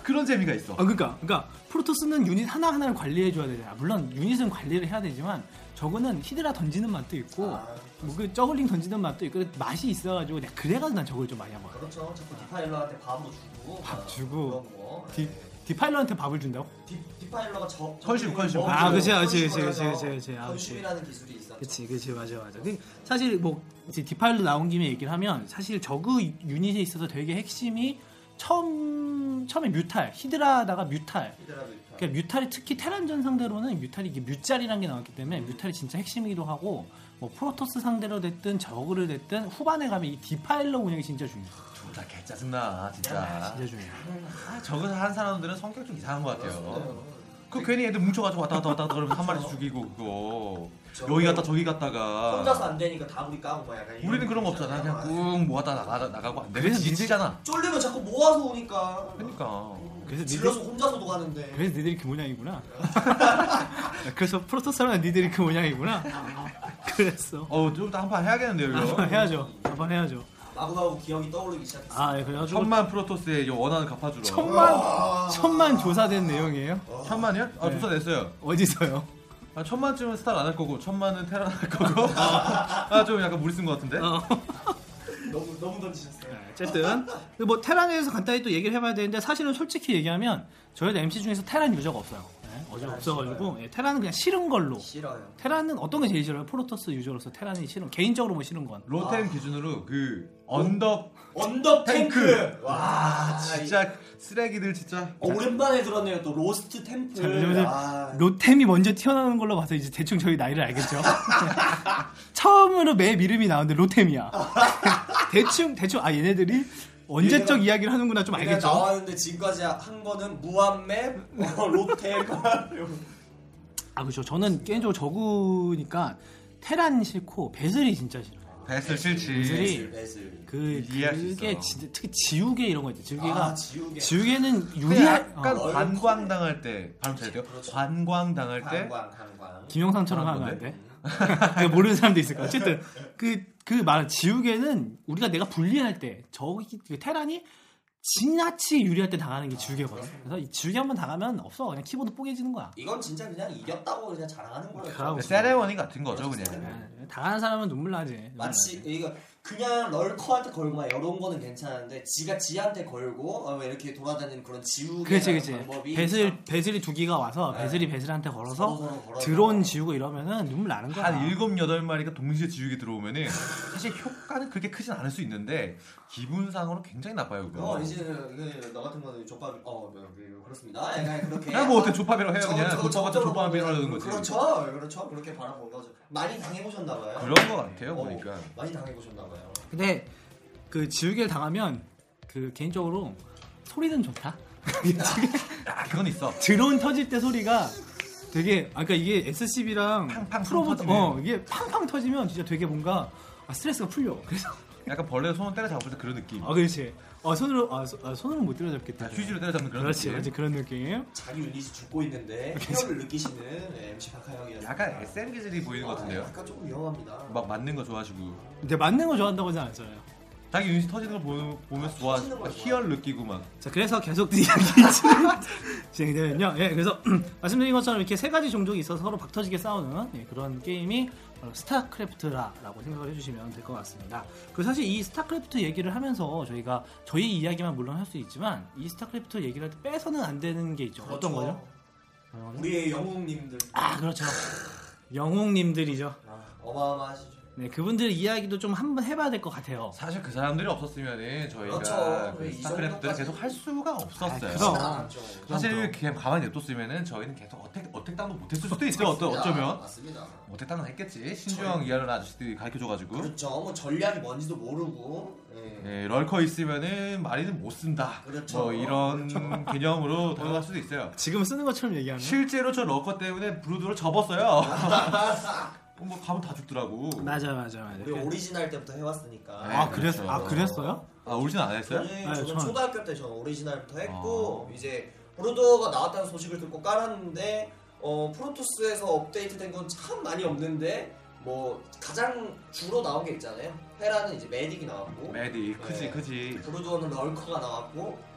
Speaker 3: 그런 재미가 있어.
Speaker 1: 아, 그러니까, 그러니까 프로토스는 유닛 하나 하나를 관리해 줘야 되잖아. 물론 유닛은 관리를 해야 되지만 저거는 히드라 던지는 맛도 있고
Speaker 2: 아,
Speaker 1: 뭐 그 저글링 던지는 맛도 있고 맛이 있어가지고 내가 그래가지고 난 저걸 좀 많이 먹어.
Speaker 2: 그렇죠. 자꾸 디파일러한테 밥도 주고
Speaker 1: 밥
Speaker 2: 막
Speaker 1: 주고.
Speaker 2: 그런 거.
Speaker 1: 디-
Speaker 2: 네.
Speaker 1: 디파일러한테 밥을 준다고?
Speaker 2: 디- 디파일러가 저
Speaker 3: 컨슘, 컨슘.
Speaker 1: 아, 그치, 그치, 그치, 그치, 그치, 그치. 아,
Speaker 2: 컨슘이라는 기술이 있었죠.
Speaker 1: 그치, 그치, 맞아, 맞아. 근데 사실 뭐 이제 디파일러 나온 김에 얘기를 하면 사실 저그 유닛에 있어서 되게 핵심이 처음 처음에 뮤탈 히드라다가 뮤탈
Speaker 2: 히드라 밀타.
Speaker 1: 그러니까 뮤탈이 특히 테란전 상대로는 뮤탈이 이게 뮤짤이라는 게 나왔기 때문에 뮤탈이 진짜 핵심이기도 하고 뭐 프로토스 상대로 됐든 저그를 됐든 후반에 가면 이 디파일러 운영이 진짜 중요해.
Speaker 3: 둘다 개짜증나 진짜.
Speaker 1: 진짜 중요해.
Speaker 3: 아, 저거 한 사람들은 성격 좀 이상한 것 같아요.
Speaker 2: 그렇습니다.
Speaker 3: 그 괜히 애들 뭉쳐가지고 왔다 갔다 왔다 갔다 그러면 한 마리 죽이고 그거
Speaker 2: 저-
Speaker 3: 여기 갔다 저기 갔다가
Speaker 2: 혼자서 안 되니까 다 우리 까고 막 약간 이런
Speaker 3: 아. 우리는 그런 거 없잖아.
Speaker 2: 있잖아요.
Speaker 3: 그냥 꾹 모았다 나가, 나가고 안 되면
Speaker 1: 그래서
Speaker 3: 지치잖아.
Speaker 2: 쫄리면 자꾸 모아서 오니까.
Speaker 3: 그러니까.
Speaker 1: 그래서
Speaker 2: 질러서
Speaker 1: 니들
Speaker 2: 혼자서도 가는데.
Speaker 1: 그래서 니들이 그 모양이구나. 그래서 프로토스랑 니들이 그 모양이구나. 그랬어.
Speaker 3: 어, 좀 이따 한판 해야겠는데요, 이거.
Speaker 1: 한번 해야죠. 한번 해야죠.
Speaker 2: 마구마구 기억이 떠오르기 시작했어.
Speaker 1: 아, 예, 그래가지고
Speaker 3: 천만 프로토스의 이 원하는 갚아주러.
Speaker 1: 천만 천만 조사된 내용이에요.
Speaker 3: 이요 아,
Speaker 1: 네.
Speaker 3: 조사 냈어요.
Speaker 1: 어디서요?
Speaker 3: 아, 천만쯤은 스타를 안 할 거고, 천만은 테란 할 거고. 아, 좀 약간 무리 쓴 것 같은데?
Speaker 1: 어.
Speaker 2: 너무 너무 던지셨어요.
Speaker 1: 네, 어쨌든 근데 뭐 테란에서 간단히 또 얘기를 해봐야 되는데 사실은 솔직히 얘기하면 저희도 MC 중에서 테란 유저가 없어요. 네, 어제
Speaker 2: 테란
Speaker 1: 없어가지고
Speaker 2: 싫어요.
Speaker 1: 예, 테란은 그냥 싫은 걸로.
Speaker 2: 싫어요.
Speaker 1: 테란은 어떤 게 제일 싫어요? 프로토스 유저로서 테란이 싫은 개인적으로 뭐 싫은 건
Speaker 3: 로템
Speaker 2: 와.
Speaker 3: 기준으로 그 언덕
Speaker 2: 언덕 탱크.
Speaker 3: 탱크.
Speaker 2: 와
Speaker 3: 진짜 쓰레기들 진짜
Speaker 2: 이- 오랜만에 들었네요. 또 로스트 템플.
Speaker 1: 자, 잠시만요.
Speaker 2: 아,
Speaker 1: 로템이 먼저 튀어나오는 걸로 봐서 이제 대충 저희 나이를 알겠죠. 처음으로 맵 이름이 나오는데 로템이야. 대충 대충 아 얘네들이 언제적
Speaker 2: 얘네가-
Speaker 1: 이야기를 하는구나 좀
Speaker 2: 내가
Speaker 1: 알겠죠.
Speaker 2: 나왔는데 지금까지 한 거는 무한맵, 어, 로템.
Speaker 1: 아 그렇죠. 저는 개인적으로 저구니까 테란 싫고 베슬이 진짜 싫어. 요
Speaker 3: 배슬
Speaker 1: 배슬이-
Speaker 3: 싫지.
Speaker 2: 배슬, 배슬.
Speaker 1: 그
Speaker 3: 이해할 수
Speaker 1: 그게
Speaker 3: 있어.
Speaker 1: 진짜 특히 지우개 이런 거 있죠. 지우개가
Speaker 2: 아 지우개.
Speaker 1: 지우개는
Speaker 3: 근데
Speaker 1: 유리할
Speaker 3: 약간
Speaker 1: 어,
Speaker 2: 어.
Speaker 3: 관광 당할 때 발음 잘 돼요?
Speaker 2: 그렇죠.
Speaker 3: 관광 당할 때
Speaker 2: 강광, 강광.
Speaker 1: 김영상처럼
Speaker 3: 그런
Speaker 1: 하면 안 돼.
Speaker 3: 건데?
Speaker 1: 그거 모르는 사람도 있을 거야. 어쨌든 그그 말 지우개는 우리가 내가 불리할 때 저기 그 테란이 지나치 유리할 때 당하는 게 지우개거든. 그래서 이 지우개 한번 당하면 없어. 그냥 키보드 뽀개지는 거야.
Speaker 2: 이건 진짜 그냥 이겼다고 그냥 자랑하는 거예요.
Speaker 1: 그러고
Speaker 3: 네, 세레머니 같은 거죠
Speaker 2: 그렇죠.
Speaker 3: 그냥.
Speaker 1: 예, 당하는 사람은 눈물 나지. 눈물
Speaker 2: 마치
Speaker 1: 나지.
Speaker 2: 이거 그냥 럴커한테 걸고 막 이런 거는 괜찮은데 지가 지한테 걸고 어, 막 이렇게 돌아다니는 그런 지우개
Speaker 1: 그렇지 그렇지.
Speaker 2: 방법이
Speaker 1: 배슬 배슬이 두 기가 와서
Speaker 2: 네.
Speaker 1: 배슬이 배슬한테 걸어서
Speaker 2: 서로 서로 걸어서.
Speaker 1: 드론 지우고 이러면은 눈물 나는 거야.
Speaker 3: 그러니까 한 일곱 여덟 마리가 동시에 지우개 들어오면은 사실 효과는 그렇게 크진 않을 수 있는데 기분상으로 굉장히 나빠요 그거.
Speaker 2: 어 이제 그, 너 같은 거는 족밥 어 뭐, 그, 그렇습니다. 약간 네, 그렇게
Speaker 3: 그냥 뭐 어때 조팝이라고 해요
Speaker 2: 저-
Speaker 3: 그냥
Speaker 2: 저-
Speaker 3: 저 같은
Speaker 2: 저쪽으로
Speaker 3: 조팝이라고 하는
Speaker 2: 보면
Speaker 3: 거지.
Speaker 2: 그렇죠 그렇죠 그렇게 바라본 거죠. 많이 당해보셨나 봐요.
Speaker 3: 그런 거 같아요
Speaker 2: 어,
Speaker 3: 보니까.
Speaker 2: 많이 당해보셨나 봐요.
Speaker 1: 근데 그 지우개를 당하면 그 개인적으로 소리는 좋다. 지우개
Speaker 3: 아 그건 있어.
Speaker 1: 드론 터질 때 소리가 되게 아까 그러니까 이게 SCB랑
Speaker 3: 팡팡
Speaker 1: 프로보다
Speaker 3: 터지네.
Speaker 1: 어 이게 팡팡 터지면 진짜 되게 뭔가 아, 스트레스가 풀려. 그래서
Speaker 3: 약간 벌레를 손으로 때려잡을 때 그런 느낌.
Speaker 1: 아 그렇지. 아 손으로 아, 손- 아, 손으로 못
Speaker 3: 자,
Speaker 1: 때려잡겠다.
Speaker 3: 휴지로 때려잡는 그런
Speaker 1: 그렇지,
Speaker 3: 느낌.
Speaker 1: 그렇지 그런 느낌.
Speaker 2: 자기 유닛이 죽고 있는데 희열을 느끼시는 네, MC 박하영이었습니다.
Speaker 3: 약간 SM 기질이 보이는 것 같은데요. 뭐
Speaker 2: 약간 조금 위험합니다.
Speaker 3: 막 맞는 거 좋아하시고.
Speaker 1: 근데 맞는 거 좋아한다고 하지 않았잖아요.
Speaker 3: 자기 윤씨 터지는 걸 보는, 보면서 좋아
Speaker 2: 터지는 거 좋아.
Speaker 3: 희열 느끼고 막
Speaker 1: 자, 그래서 계속 이야기 진행되면요. 예, 그래서 말씀드린 것처럼 이렇게 세 가지 종족이 있어서 서로 박터지게 싸우는 예, 그런 게임이 바로 스타크래프트라고 생각을 해주시면 될 것 같습니다. 그 사실 이 스타크래프트 얘기를 하면서 저희가 저희 이야기만 물론 할 수 있지만 이 스타크래프트 얘기를 할 때 빼서는 안 되는 게 있죠. 어떤
Speaker 2: 그렇죠.
Speaker 1: 거죠?
Speaker 2: 우리의 영웅님들
Speaker 1: 아, 그렇죠. 영웅님들이죠.
Speaker 2: 아, 어마어마하시죠.
Speaker 1: 네, 그분들 이야기도 좀 한번 해봐야 될 것 같아요.
Speaker 3: 사실 그 사람들이 없었으면 저희가
Speaker 2: 그렇죠.
Speaker 3: 그
Speaker 2: 이
Speaker 3: 스타크래프트를
Speaker 2: 정도까지-
Speaker 3: 계속 할 수가 없었어요.
Speaker 1: 아, 그럼.
Speaker 2: 사랑하죠.
Speaker 3: 사실 그냥 가만히 냅뒀으면 저희는 계속 어택 어택 당도 못했을 수도 있죠. 어쩌,
Speaker 2: 맞습니다.
Speaker 3: 어쩌면
Speaker 2: 맞습니다.
Speaker 3: 어택 당은 했겠지. 신주영 이하는 아저씨들이 가르쳐줘가지고
Speaker 2: 그렇죠. 뭐 전략이 뭔지도 모르고. 예.
Speaker 3: 예, 럴커 있으면은 말이는 못 쓴다.
Speaker 2: 그렇죠.
Speaker 3: 뭐 이런 개념으로 다가갈 수도 있어요.
Speaker 1: 지금 쓰는 것처럼 얘기하는.
Speaker 3: 실제로 저 럴커 때문에 브루드를 접었어요. 뭐 가면 다 죽더라고.
Speaker 1: 맞아, 맞아, 맞아.
Speaker 2: 우리 오리지널 때부터 해왔으니까. 네.
Speaker 1: 아,
Speaker 3: 그래?
Speaker 1: 그랬어. 아, 그랬어요?
Speaker 3: 아 울진 안 했어요?
Speaker 2: 저는,
Speaker 1: 아,
Speaker 2: 저는
Speaker 1: 저는-
Speaker 2: 초등학교 때 저는 오리지널부터 했고
Speaker 3: 아.
Speaker 2: 이제 브루더가 나왔다는 소식을 듣고 깔았는데 어, 프로토스에서 업데이트된 건 참 많이 없는데 뭐 가장 주로 나온 게 있잖아요. 헤라는 이제 메딕이 나왔고
Speaker 3: 메디 크지
Speaker 2: 네.
Speaker 3: 크지.
Speaker 2: 브루더는 럴커가 나왔고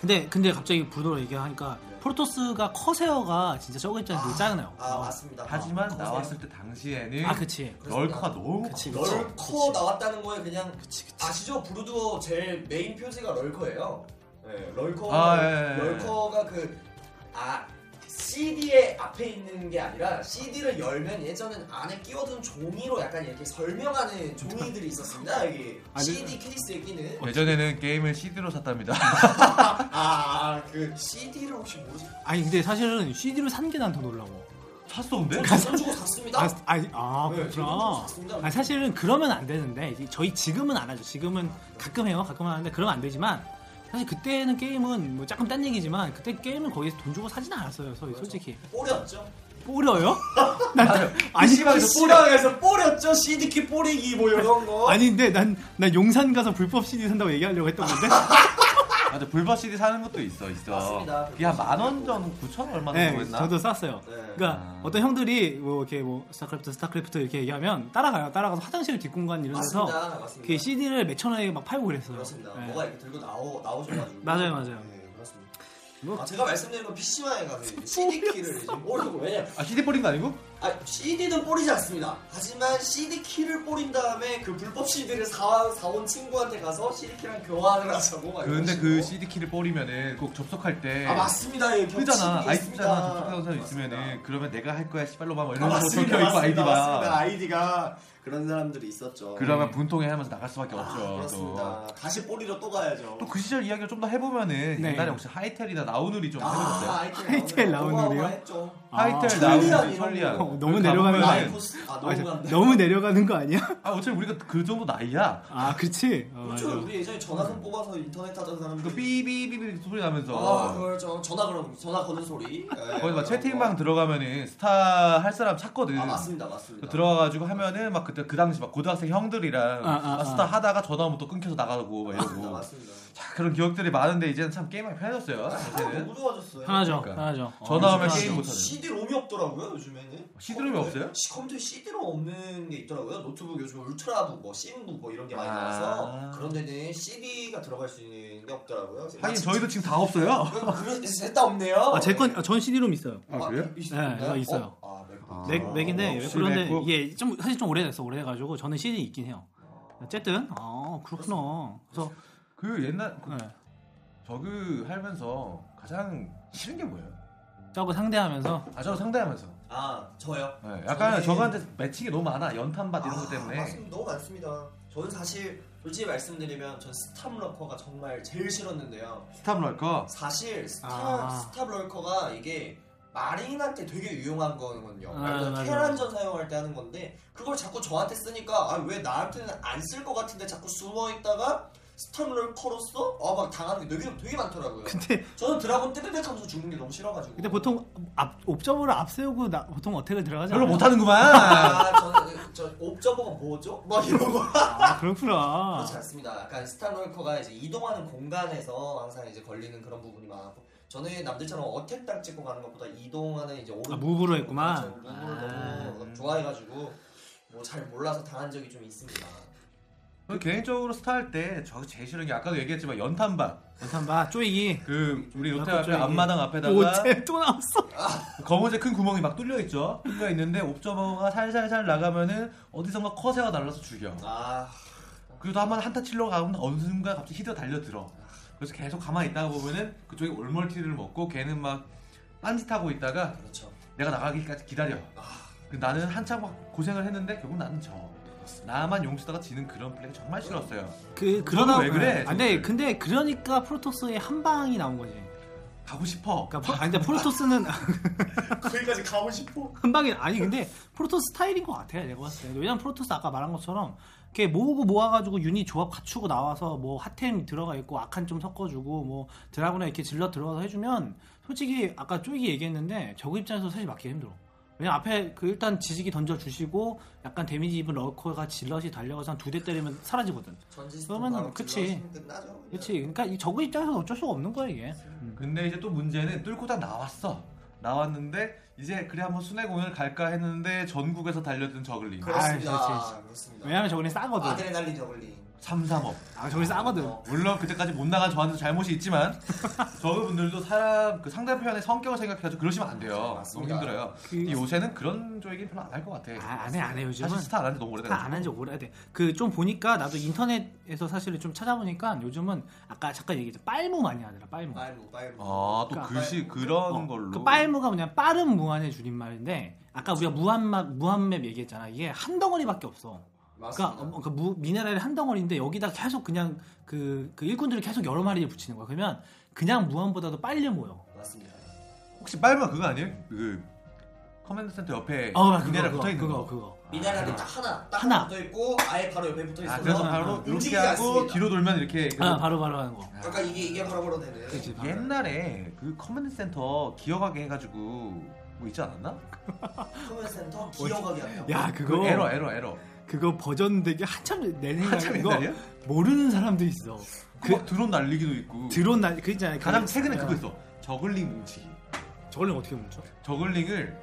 Speaker 1: 근데 근데 갑자기 브루노 얘기하니까 프로토스가 커세어가 진짜 저거 입장에서 되게 짜증나요.
Speaker 2: 아 맞습니다.
Speaker 3: 어, 하지만
Speaker 2: 아,
Speaker 3: 나왔을 때 당시에는
Speaker 1: 아, 그치.
Speaker 3: 럴커가 너무
Speaker 1: 그치.
Speaker 2: 럴커
Speaker 1: 그치.
Speaker 2: 나왔다는 거에 그냥
Speaker 1: 그치 그치.
Speaker 2: 아시죠? 브루드워 제일 메인 표지가 럴커예요. 네, 럴커
Speaker 3: 아, 예, 예.
Speaker 2: 럴커가 그, 그아 CD의 앞에 있는 게 아니라 CD를 열면 예전엔 안에 끼워둔 종이로 약간 이렇게 설명하는 종이들이 있었습니다. 여기
Speaker 1: 아니, 네.
Speaker 2: CD 케이스에 끼는
Speaker 3: 예전에는 게임을 CD로 샀답니다.
Speaker 1: 아,
Speaker 2: 아그 CD를 혹시 뭐지?
Speaker 1: 아니 근데 사실은 CD로 산 게 난 더 놀라고.
Speaker 3: 샀어 근데?
Speaker 2: 돈 주고 샀습니다.
Speaker 1: 네? 아, 아니, 아
Speaker 2: 네,
Speaker 1: 그렇구나.
Speaker 2: 저도 샀습니다.
Speaker 1: 아니, 사실은 그러면 안 되는데 이제 저희 지금은 안 하죠. 지금은 가끔 해요. 가끔 하는데 그러면 안 되지만 사실 그때는 게임은 뭐 조금 딴 얘기지만 그때 게임은 거의 돈 주고 사진 않았어요. 소- 솔직히
Speaker 2: 뿌렸죠.
Speaker 1: 뿌려요? 난 아니 그
Speaker 2: PC방에서 그 뿌려서 뿌렸죠. CD 키 뿌리기 뭐 이런 거.
Speaker 1: 아닌데 난 난 용산 가서 불법 CD 산다고 얘기하려고 했던 건데.
Speaker 3: 맞아 불법 CD 사는 것도 있어 있어.
Speaker 2: 맞습니다.
Speaker 3: 이게 한 만 원 정도, 구천 얼마 정도
Speaker 1: 네,
Speaker 3: 했나?
Speaker 1: 저도 쌌어요.
Speaker 2: 네.
Speaker 1: 그러니까
Speaker 3: 아.
Speaker 1: 어떤 형들이 뭐 이렇게 뭐 스타크래프트 스타크래프트 이렇게 얘기하면 따라가요. 따라가서 화장실 뒷공간 이런 데서
Speaker 2: 맞습니다. 맞습니다.
Speaker 1: 그 CD를 몇천 원에 막 팔고 그랬어요.
Speaker 2: 그렇습니다.
Speaker 1: 네.
Speaker 2: 뭐가 이렇게 들고 나오 나오셔가지고
Speaker 1: 맞아요, 맞아요.
Speaker 2: 네, 그렇습니다.
Speaker 1: 뭐-
Speaker 2: 아, 제가 말씀드린 건 PC방에 가서 이제 CD 키를 이제 모르고 왜냐
Speaker 3: 아 CD 뿌린 거 아니고?
Speaker 2: 아 CD는 뿌리지 않습니다. 하지만 CD 키를 뿌린 다음에 그 불법 CD를 사 사온 친구한테 가서 CD 키랑 교환을 하자고 막
Speaker 3: 근데
Speaker 2: 이러시고.
Speaker 3: 그 CD 키를 뿌리면은 꼭 접속할 때.
Speaker 2: 그렇죠. 아 맞습니다. 예,
Speaker 3: 뜨잖아.
Speaker 2: 겹치는 게
Speaker 3: 아이디잖아.
Speaker 2: 있습니다.
Speaker 3: 접속하는 사람
Speaker 2: 맞습니다.
Speaker 3: 있으면은 그러면 내가 할 거야 씨발로 막
Speaker 2: 아,
Speaker 3: 이런 식으로
Speaker 2: 맞습니다.
Speaker 3: 적혀 있고
Speaker 2: 맞습니다. 맞습니다.
Speaker 3: 아이디가.
Speaker 2: 아이디가 그런 사람들이 있었죠.
Speaker 3: 그러면 분통해 하면서 나갈 수밖에
Speaker 2: 아,
Speaker 3: 없죠. 또.
Speaker 2: 그렇습니다. 다시 뿌리러 또 가야죠.
Speaker 3: 또 그 시절 이야기를 좀 더 해보면은
Speaker 1: 네.
Speaker 3: 옛날에 혹시 하이텔이나 나우누리 좀
Speaker 2: 아,
Speaker 3: 해봤어요.
Speaker 2: 아이텔
Speaker 1: 나오는
Speaker 2: 나오네요.
Speaker 1: 노래요?
Speaker 2: 어마어마했죠.
Speaker 1: 아,
Speaker 3: 하이텔 나우누리
Speaker 2: 천리안 이런
Speaker 3: 천리안.
Speaker 2: 거.
Speaker 1: 어, 너무
Speaker 3: 거기
Speaker 1: 내려가는 거
Speaker 3: 가보면은 네.
Speaker 1: 아니야?
Speaker 2: 라이프스 아
Speaker 1: 맞아.
Speaker 2: 너무 간다.
Speaker 1: 너무 내려가는 거 아니야?
Speaker 3: 아 어차피 우리가 그 정도 나이야.
Speaker 1: 아, 그렇지. 어,
Speaker 2: 그렇죠.
Speaker 1: 맞아.
Speaker 2: 우리 예전에 전화선 뽑아서 인터넷 하던 사람들.
Speaker 3: 네. 그 삐삐삐삐 소리
Speaker 2: 아
Speaker 3: 나면서
Speaker 2: 그렇죠. 전화 그럼 전화 거는 소리. 예,
Speaker 3: 거기 막
Speaker 2: 그런
Speaker 3: 채팅방
Speaker 2: 거.
Speaker 3: 들어가면은 스타 할 사람 찾거든. 그
Speaker 2: 아 맞습니다, 맞습니다.
Speaker 3: 들어가가지고 하면은 막 그때 그 당시 막 고등학생 형들이랑
Speaker 1: 아, 아,
Speaker 3: 막 스타 하다가 전화 오면 또 끊겨서 나가고 막
Speaker 2: 아, 맞습니다,
Speaker 3: 이러고
Speaker 2: 맞습니다.
Speaker 3: 자, 그런 기억들이 많은데 이제는 참 게임하기 편해졌어요
Speaker 2: 아,
Speaker 3: 요새는
Speaker 2: 너무 좋아졌어요.
Speaker 1: 하나죠.
Speaker 3: 그러니까.
Speaker 1: 하나죠. 어,
Speaker 3: 전화 오면
Speaker 1: 하나죠.
Speaker 3: 게임 못하네.
Speaker 2: CD 롬이 없더라고요 요즘에는.
Speaker 3: CD 롬이 없어요?
Speaker 2: 시- 컴퓨터에 CD 롬 없는 게 있더라고요. 노트북 요즘 울트라북, 뭐 심북 뭐 이런 게 많이
Speaker 3: 아.
Speaker 2: 나와서 그런 데는 CD가 들어갈 수 있는 게 없더라고요.
Speaker 3: 하긴 저희도 지금 다 없어요
Speaker 2: 그셋다 없네요.
Speaker 1: 아, 제건 전 CD롬 있어요.
Speaker 3: 아, 그래요?
Speaker 2: 있습니다.
Speaker 1: 네, 있어요.
Speaker 2: 어? 아, 맥.
Speaker 3: 아.
Speaker 1: 맥, 맥인데
Speaker 3: 역시
Speaker 1: 그런데
Speaker 3: 맥북.
Speaker 1: 이게 좀 사실 좀 오래됐어. 오래가지고 저는 CD 있긴 해요. 어쨌든 아 그렇구나. 그래서
Speaker 3: 그 옛날 그
Speaker 1: 네.
Speaker 3: 저그 하면서 가장 싫은 게 뭐예요?
Speaker 1: 저거 네. 상대하면서
Speaker 3: 아 저거 상대하면서
Speaker 2: 아, 저요.
Speaker 3: 네, 약간
Speaker 2: 저는-
Speaker 3: 저거한테 매칭이 너무 많아 연탄밭 이런 것
Speaker 2: 아,
Speaker 3: 때문에
Speaker 2: 맞습니다. 너무 많습니다. 저는 사실 솔직히 말씀드리면 전 스탑러커가 정말 제일 싫었는데요.
Speaker 3: 스탑럴커
Speaker 2: 사실 스탑
Speaker 1: 아.
Speaker 2: 스탑러커가 이게 마린한테 되게 유용한 거거든요.
Speaker 1: 아,
Speaker 2: 그래서
Speaker 1: 맞아.
Speaker 2: 테란전 사용할 때 하는 건데 그걸 자꾸 저한테 쓰니까 아 왜 나한테는 안 쓸 것 같은데 자꾸 숨어 있다가 스탑러커로서 어막 당하는 게 되게 되게 많더라고요.
Speaker 1: 근데
Speaker 2: 저는 드라곤 떼르륵하면서 죽는 게 너무 싫어가지고.
Speaker 1: 근데 보통 앞 옵저버를 앞세우고 나, 보통 어택을 들어가지
Speaker 3: 별로
Speaker 1: 않아요?
Speaker 3: 못하는구만
Speaker 2: 아, 저는 저 옵저버가 뭐죠? 막 이런 거.
Speaker 1: 아, 그렇구나.
Speaker 2: 그렇지 않습니다. 약간 스타롤커가 이제 이동하는 공간에서 항상 이제 걸리는 그런 부분이 많았고 저는 남들처럼 어택 딱 찍고 가는 것보다 이동하는 이제 오른
Speaker 1: 아, 무브로 했구만.
Speaker 2: 그렇죠. 무브를
Speaker 1: 아.
Speaker 2: 너무 좋아해가지고 뭐 잘 몰라서 당한 적이 좀 있습니다.
Speaker 3: 저는 개인적으로 스타할 때 저 제일 싫은 게 아까도 얘기했지만 연탄방.
Speaker 1: 일단 봐 쪼이기
Speaker 3: 그 우리 요태
Speaker 1: 아까
Speaker 3: 앞에
Speaker 1: 저기
Speaker 3: 앞마당 앞에다가
Speaker 1: 오잼 또 나왔어
Speaker 3: 검은색 큰 구멍이 막 뚫려 있죠. 뚫려 있는데 옵저버가 살살살 나가면은 어디선가 커세가 날라서 죽여.
Speaker 2: 아,
Speaker 3: 그래도 한번 한타 치려고 가면 어느 순간 갑자기 히드가 달려들어. 그래서 계속 가만히 있다가 보면은 그쪽에 올멀티를 먹고 걔는 막 딴짓하고 있다가
Speaker 2: 그렇죠.
Speaker 3: 내가 나가기까지 기다려. 그 나는 한참 막 고생을 했는데 결국 나는 져. 나만 용 쓰다가 지는 그런 플레이 정말 싫었어요.
Speaker 1: 그 그러다
Speaker 3: 왜 그래,
Speaker 1: 아, 근데
Speaker 3: 저거를.
Speaker 1: 근데 그러니까 프로토스의 한 방이 나온 거지
Speaker 3: 가고 싶어.
Speaker 1: 그러니까 아, 근데 프로토스는
Speaker 2: 거기까지 가고 싶어.
Speaker 1: 한 방에 아니 근데 프로토스 스타일인 것 같아 내가 봤을 때 왜냐면 프로토스 아까 말한 것처럼 이렇게 모으고 모아가지고 유닛 조합 갖추고 나와서 뭐 핫템 들어가 있고 악한 좀 섞어주고 뭐 드라군에 이렇게 질러 들어가서 해주면 솔직히 아까 쪼이기 얘기했는데 저그 입장에서 사실 맞기 힘들어 왜냐면 앞에 그 일단 지식이 던져주시고 약간 데미지 입은 러커가 질럿이 달려가서 한 두 대 때리면 사라지거든
Speaker 2: 전지스톤
Speaker 1: 그러면
Speaker 2: 바로
Speaker 1: 그치.
Speaker 2: 질러서 끝나죠. 그냥.
Speaker 1: 그렇지 그러니까 이 저그 입장에서 어쩔 수가 없는 거야 이게
Speaker 3: 근데 이제 또 문제는 뚫고 다 나왔어. 나왔는데 이제 그래 한번 순회 공연을 갈까 했는데 전국에서 달려든 저글링.
Speaker 2: 그렇습니다.
Speaker 1: 아이, 그렇지,
Speaker 2: 그렇습니다.
Speaker 1: 왜냐면 저거는 싸거든
Speaker 2: 아드레날린 저글링.
Speaker 3: 삼삼업.
Speaker 1: 아 저거는 싸거든
Speaker 2: 어,
Speaker 3: 물론 그때까지 못 나간 저한테도 잘못이 있지만 저분들도 사람 그 상대편의 성격을 생각해가지고 그러시면 안 돼요.
Speaker 2: 맞습니다.
Speaker 3: 너무 힘들어요. 이 요새는 그런 저 얘기 별로 안 할 것 같아.
Speaker 1: 그, 아, 안 해, 안 해, 요즘은. 그러니까
Speaker 3: 사실 스타 안 한지 너무 오래돼서.
Speaker 1: 안 한 지 오래돼. 그 좀 보니까 나도 인터넷에서 사실 좀 찾아보니까 요즘은 아까 잠깐 얘기했죠. 빨무 많이 하더라. 빨무.
Speaker 2: 빨무 빨무.
Speaker 3: 아또
Speaker 1: 그러니까
Speaker 3: 글씨
Speaker 2: 빨-
Speaker 3: 그런
Speaker 1: 어,
Speaker 3: 걸로.
Speaker 1: 그 빨무가 뭐냐 빠른 무한의 줄임말인데 아까 우리가 무한맵 무한맵 얘기했잖아. 이게 한 덩어리밖에 없어.
Speaker 2: 맞습니다.
Speaker 1: 그러니까 어, 그 무- 미네랄이 한 덩어리인데 여기다 계속 그냥 그, 그 일꾼들을 계속 여러 마리를 붙이는 거야. 그러면 그냥 무한보다도 빨리 모여.
Speaker 2: 맞습니다.
Speaker 3: 혹시 빨마 그거 아니에요? 그 커맨드 센터 옆에
Speaker 1: 어, 나
Speaker 3: 그네라
Speaker 1: 그거,
Speaker 3: 붙어 있는
Speaker 1: 그거,
Speaker 3: 거.
Speaker 1: 그거.
Speaker 2: 미나라는 딱 하나 딱
Speaker 1: 하나.
Speaker 2: 하나 붙어 있고 아예 바로 옆에 붙어 있어서
Speaker 3: 아 그래서 바로 이렇게
Speaker 2: 움직이지
Speaker 3: 하고
Speaker 2: 않습니다.
Speaker 3: 뒤로 돌면 이렇게.
Speaker 1: 아, 바로 바로 하는 거.
Speaker 2: 그러니까 이게 이게 바로 바로 되는.
Speaker 1: 그치, 바로.
Speaker 3: 옛날에 그 커맨드 센터 기어가게 해가지고 뭐 있지 않았나?
Speaker 2: 커맨 센터 기억하게 한다.
Speaker 1: 야, 그거
Speaker 3: 그 에러 에러 에러.
Speaker 1: 그거 버전 되게 한참 내
Speaker 3: 한참
Speaker 1: 생각에 이거
Speaker 3: 옛날이야?
Speaker 1: 모르는 사람도 있어.
Speaker 3: 그 막 드론 날리기도 있고.
Speaker 1: 드론 날, 그 있잖아요.
Speaker 3: 가장 최근에 그거 있어. 저글링 뭉치기.
Speaker 1: 저걸로 어떻게 뭉쳐?
Speaker 3: 저글링을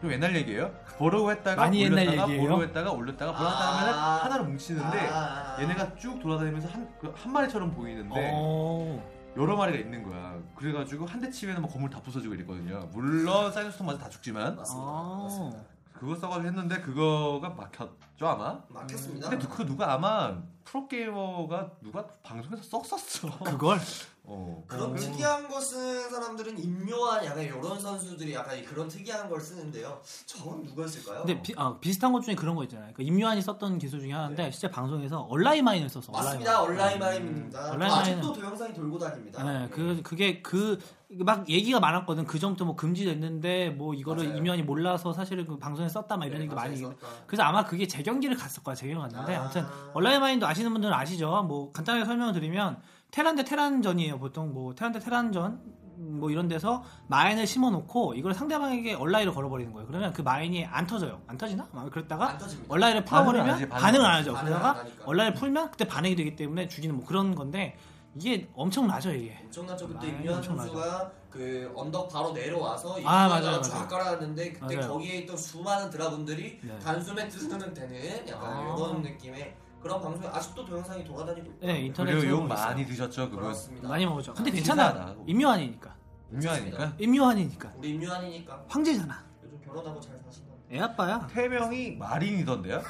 Speaker 3: 좀 옛날 얘기예요. 보러 했다가
Speaker 1: 많이
Speaker 3: 올렸다가
Speaker 1: 옛날 얘기예요?
Speaker 3: 보러 했다가 올렸다가 보러 했다가 하면
Speaker 2: 아.
Speaker 3: 하나로 뭉치는데
Speaker 2: 아, 아, 아.
Speaker 3: 얘네가 쭉 돌아다니면서 한, 그한 마리처럼
Speaker 2: 네.
Speaker 3: 보이는데
Speaker 1: 어.
Speaker 3: 여러 마리가 있는 거야. 그래가지고 한 대 치면 막 건물 다 부서지고 이랬거든요. 물론 사이언스톤 맞아 다 죽지만
Speaker 2: 맞습니다.
Speaker 1: 아.
Speaker 2: 맞습니다.
Speaker 3: 그거 써가지고 했는데 그거가 막혔죠 아마.
Speaker 2: 막혔습니다.
Speaker 3: 근데 그 누가 아마 프로게이머가 누가 방송에서 썩 썼어.
Speaker 1: 그걸?
Speaker 3: 어.
Speaker 2: 그런
Speaker 3: 어.
Speaker 2: 특이한 거 쓰는 사람들은 임요한 약간 이런 선수들이 약간 그런 특이한 걸 쓰는데요. 저건 누가 쓸까요?
Speaker 1: 근데 비, 아, 비슷한 것 중에 그런 거 있잖아요. 그러니까 임요한이 썼던 기술 중에 하나인데 실제 방송에서 얼라이마인을 썼어.
Speaker 2: 맞습니다.
Speaker 3: 음,
Speaker 2: 얼라인마인입니다.
Speaker 1: 얼라인마인은-
Speaker 2: 아직도 동영상이 돌고 다닙니다.
Speaker 1: 네, 그 그게 그 막 얘기가 많았거든. 그 전부터 뭐 금지됐는데 뭐 이거를
Speaker 2: 맞아요.
Speaker 1: 임요한이 몰라서 사실은 그 방송에 썼다 막 이런
Speaker 2: 네,
Speaker 1: 얘기 많이.
Speaker 2: 방송에
Speaker 1: 얘기-
Speaker 2: 썼다.
Speaker 1: 그래서 아마 그게 재경기를 갔을 거야. 재경갔는데
Speaker 2: 아.
Speaker 1: 아무튼 얼라이마인도 아시는 분들은 아시죠. 뭐 간단하게 설명을 드리면 테란 대 테란전이에요. 보통 뭐 테란 대 테란전 뭐 이런 데서 마인을 심어놓고 이걸 상대방에게 얼라이를 걸어버리는 거예요. 그러면 그 마인이 안 터져요. 안 터지나? 막
Speaker 2: 안
Speaker 1: 그랬다가
Speaker 2: 터집니다.
Speaker 1: 얼라이를 풀어버리면
Speaker 3: 반응을
Speaker 1: 반응을 안,
Speaker 3: 안 하지, 반응을 안
Speaker 1: 하죠.
Speaker 2: 반응을 안
Speaker 1: 그러다가
Speaker 2: 하니까.
Speaker 1: 얼라이를 풀면 그때 반응이 되기 때문에 죽이는 뭐 그런 건데 이게 엄청나죠 이게.
Speaker 2: 엄청나죠 그때
Speaker 1: 많이
Speaker 2: 유현
Speaker 1: 엄청나죠.
Speaker 2: 선수가 그 언덕 바로 내려와서
Speaker 1: 아,
Speaker 2: 이마가
Speaker 1: 맞아요, 맞아요.
Speaker 2: 쫙 깔아놨는데 그때
Speaker 1: 맞아요.
Speaker 2: 거기에 있던 수많은 드라군들이
Speaker 1: 네.
Speaker 2: 단숨에 뜨는 되는 약간
Speaker 1: 아.
Speaker 2: 이런 느낌의 그런 방송이 아직도 동영상이 돌아다니고 있다.
Speaker 1: 네, 인터넷
Speaker 3: 그리고 욕
Speaker 1: 들어보고 있어요.
Speaker 3: 많이 드셨죠 그거.
Speaker 2: 그렇습니다.
Speaker 1: 많이 먹었죠. 근데
Speaker 3: 진짜
Speaker 1: 괜찮아.
Speaker 3: 안 하고.
Speaker 1: 임요한이니까.
Speaker 3: 유명하니까.
Speaker 1: 임요한이니까.
Speaker 2: 우리 임유한이니까
Speaker 1: 황제잖아.
Speaker 2: 요즘 결혼하고 잘 사신다.
Speaker 1: 애 아빠야.
Speaker 3: 태명이 마린이던데요?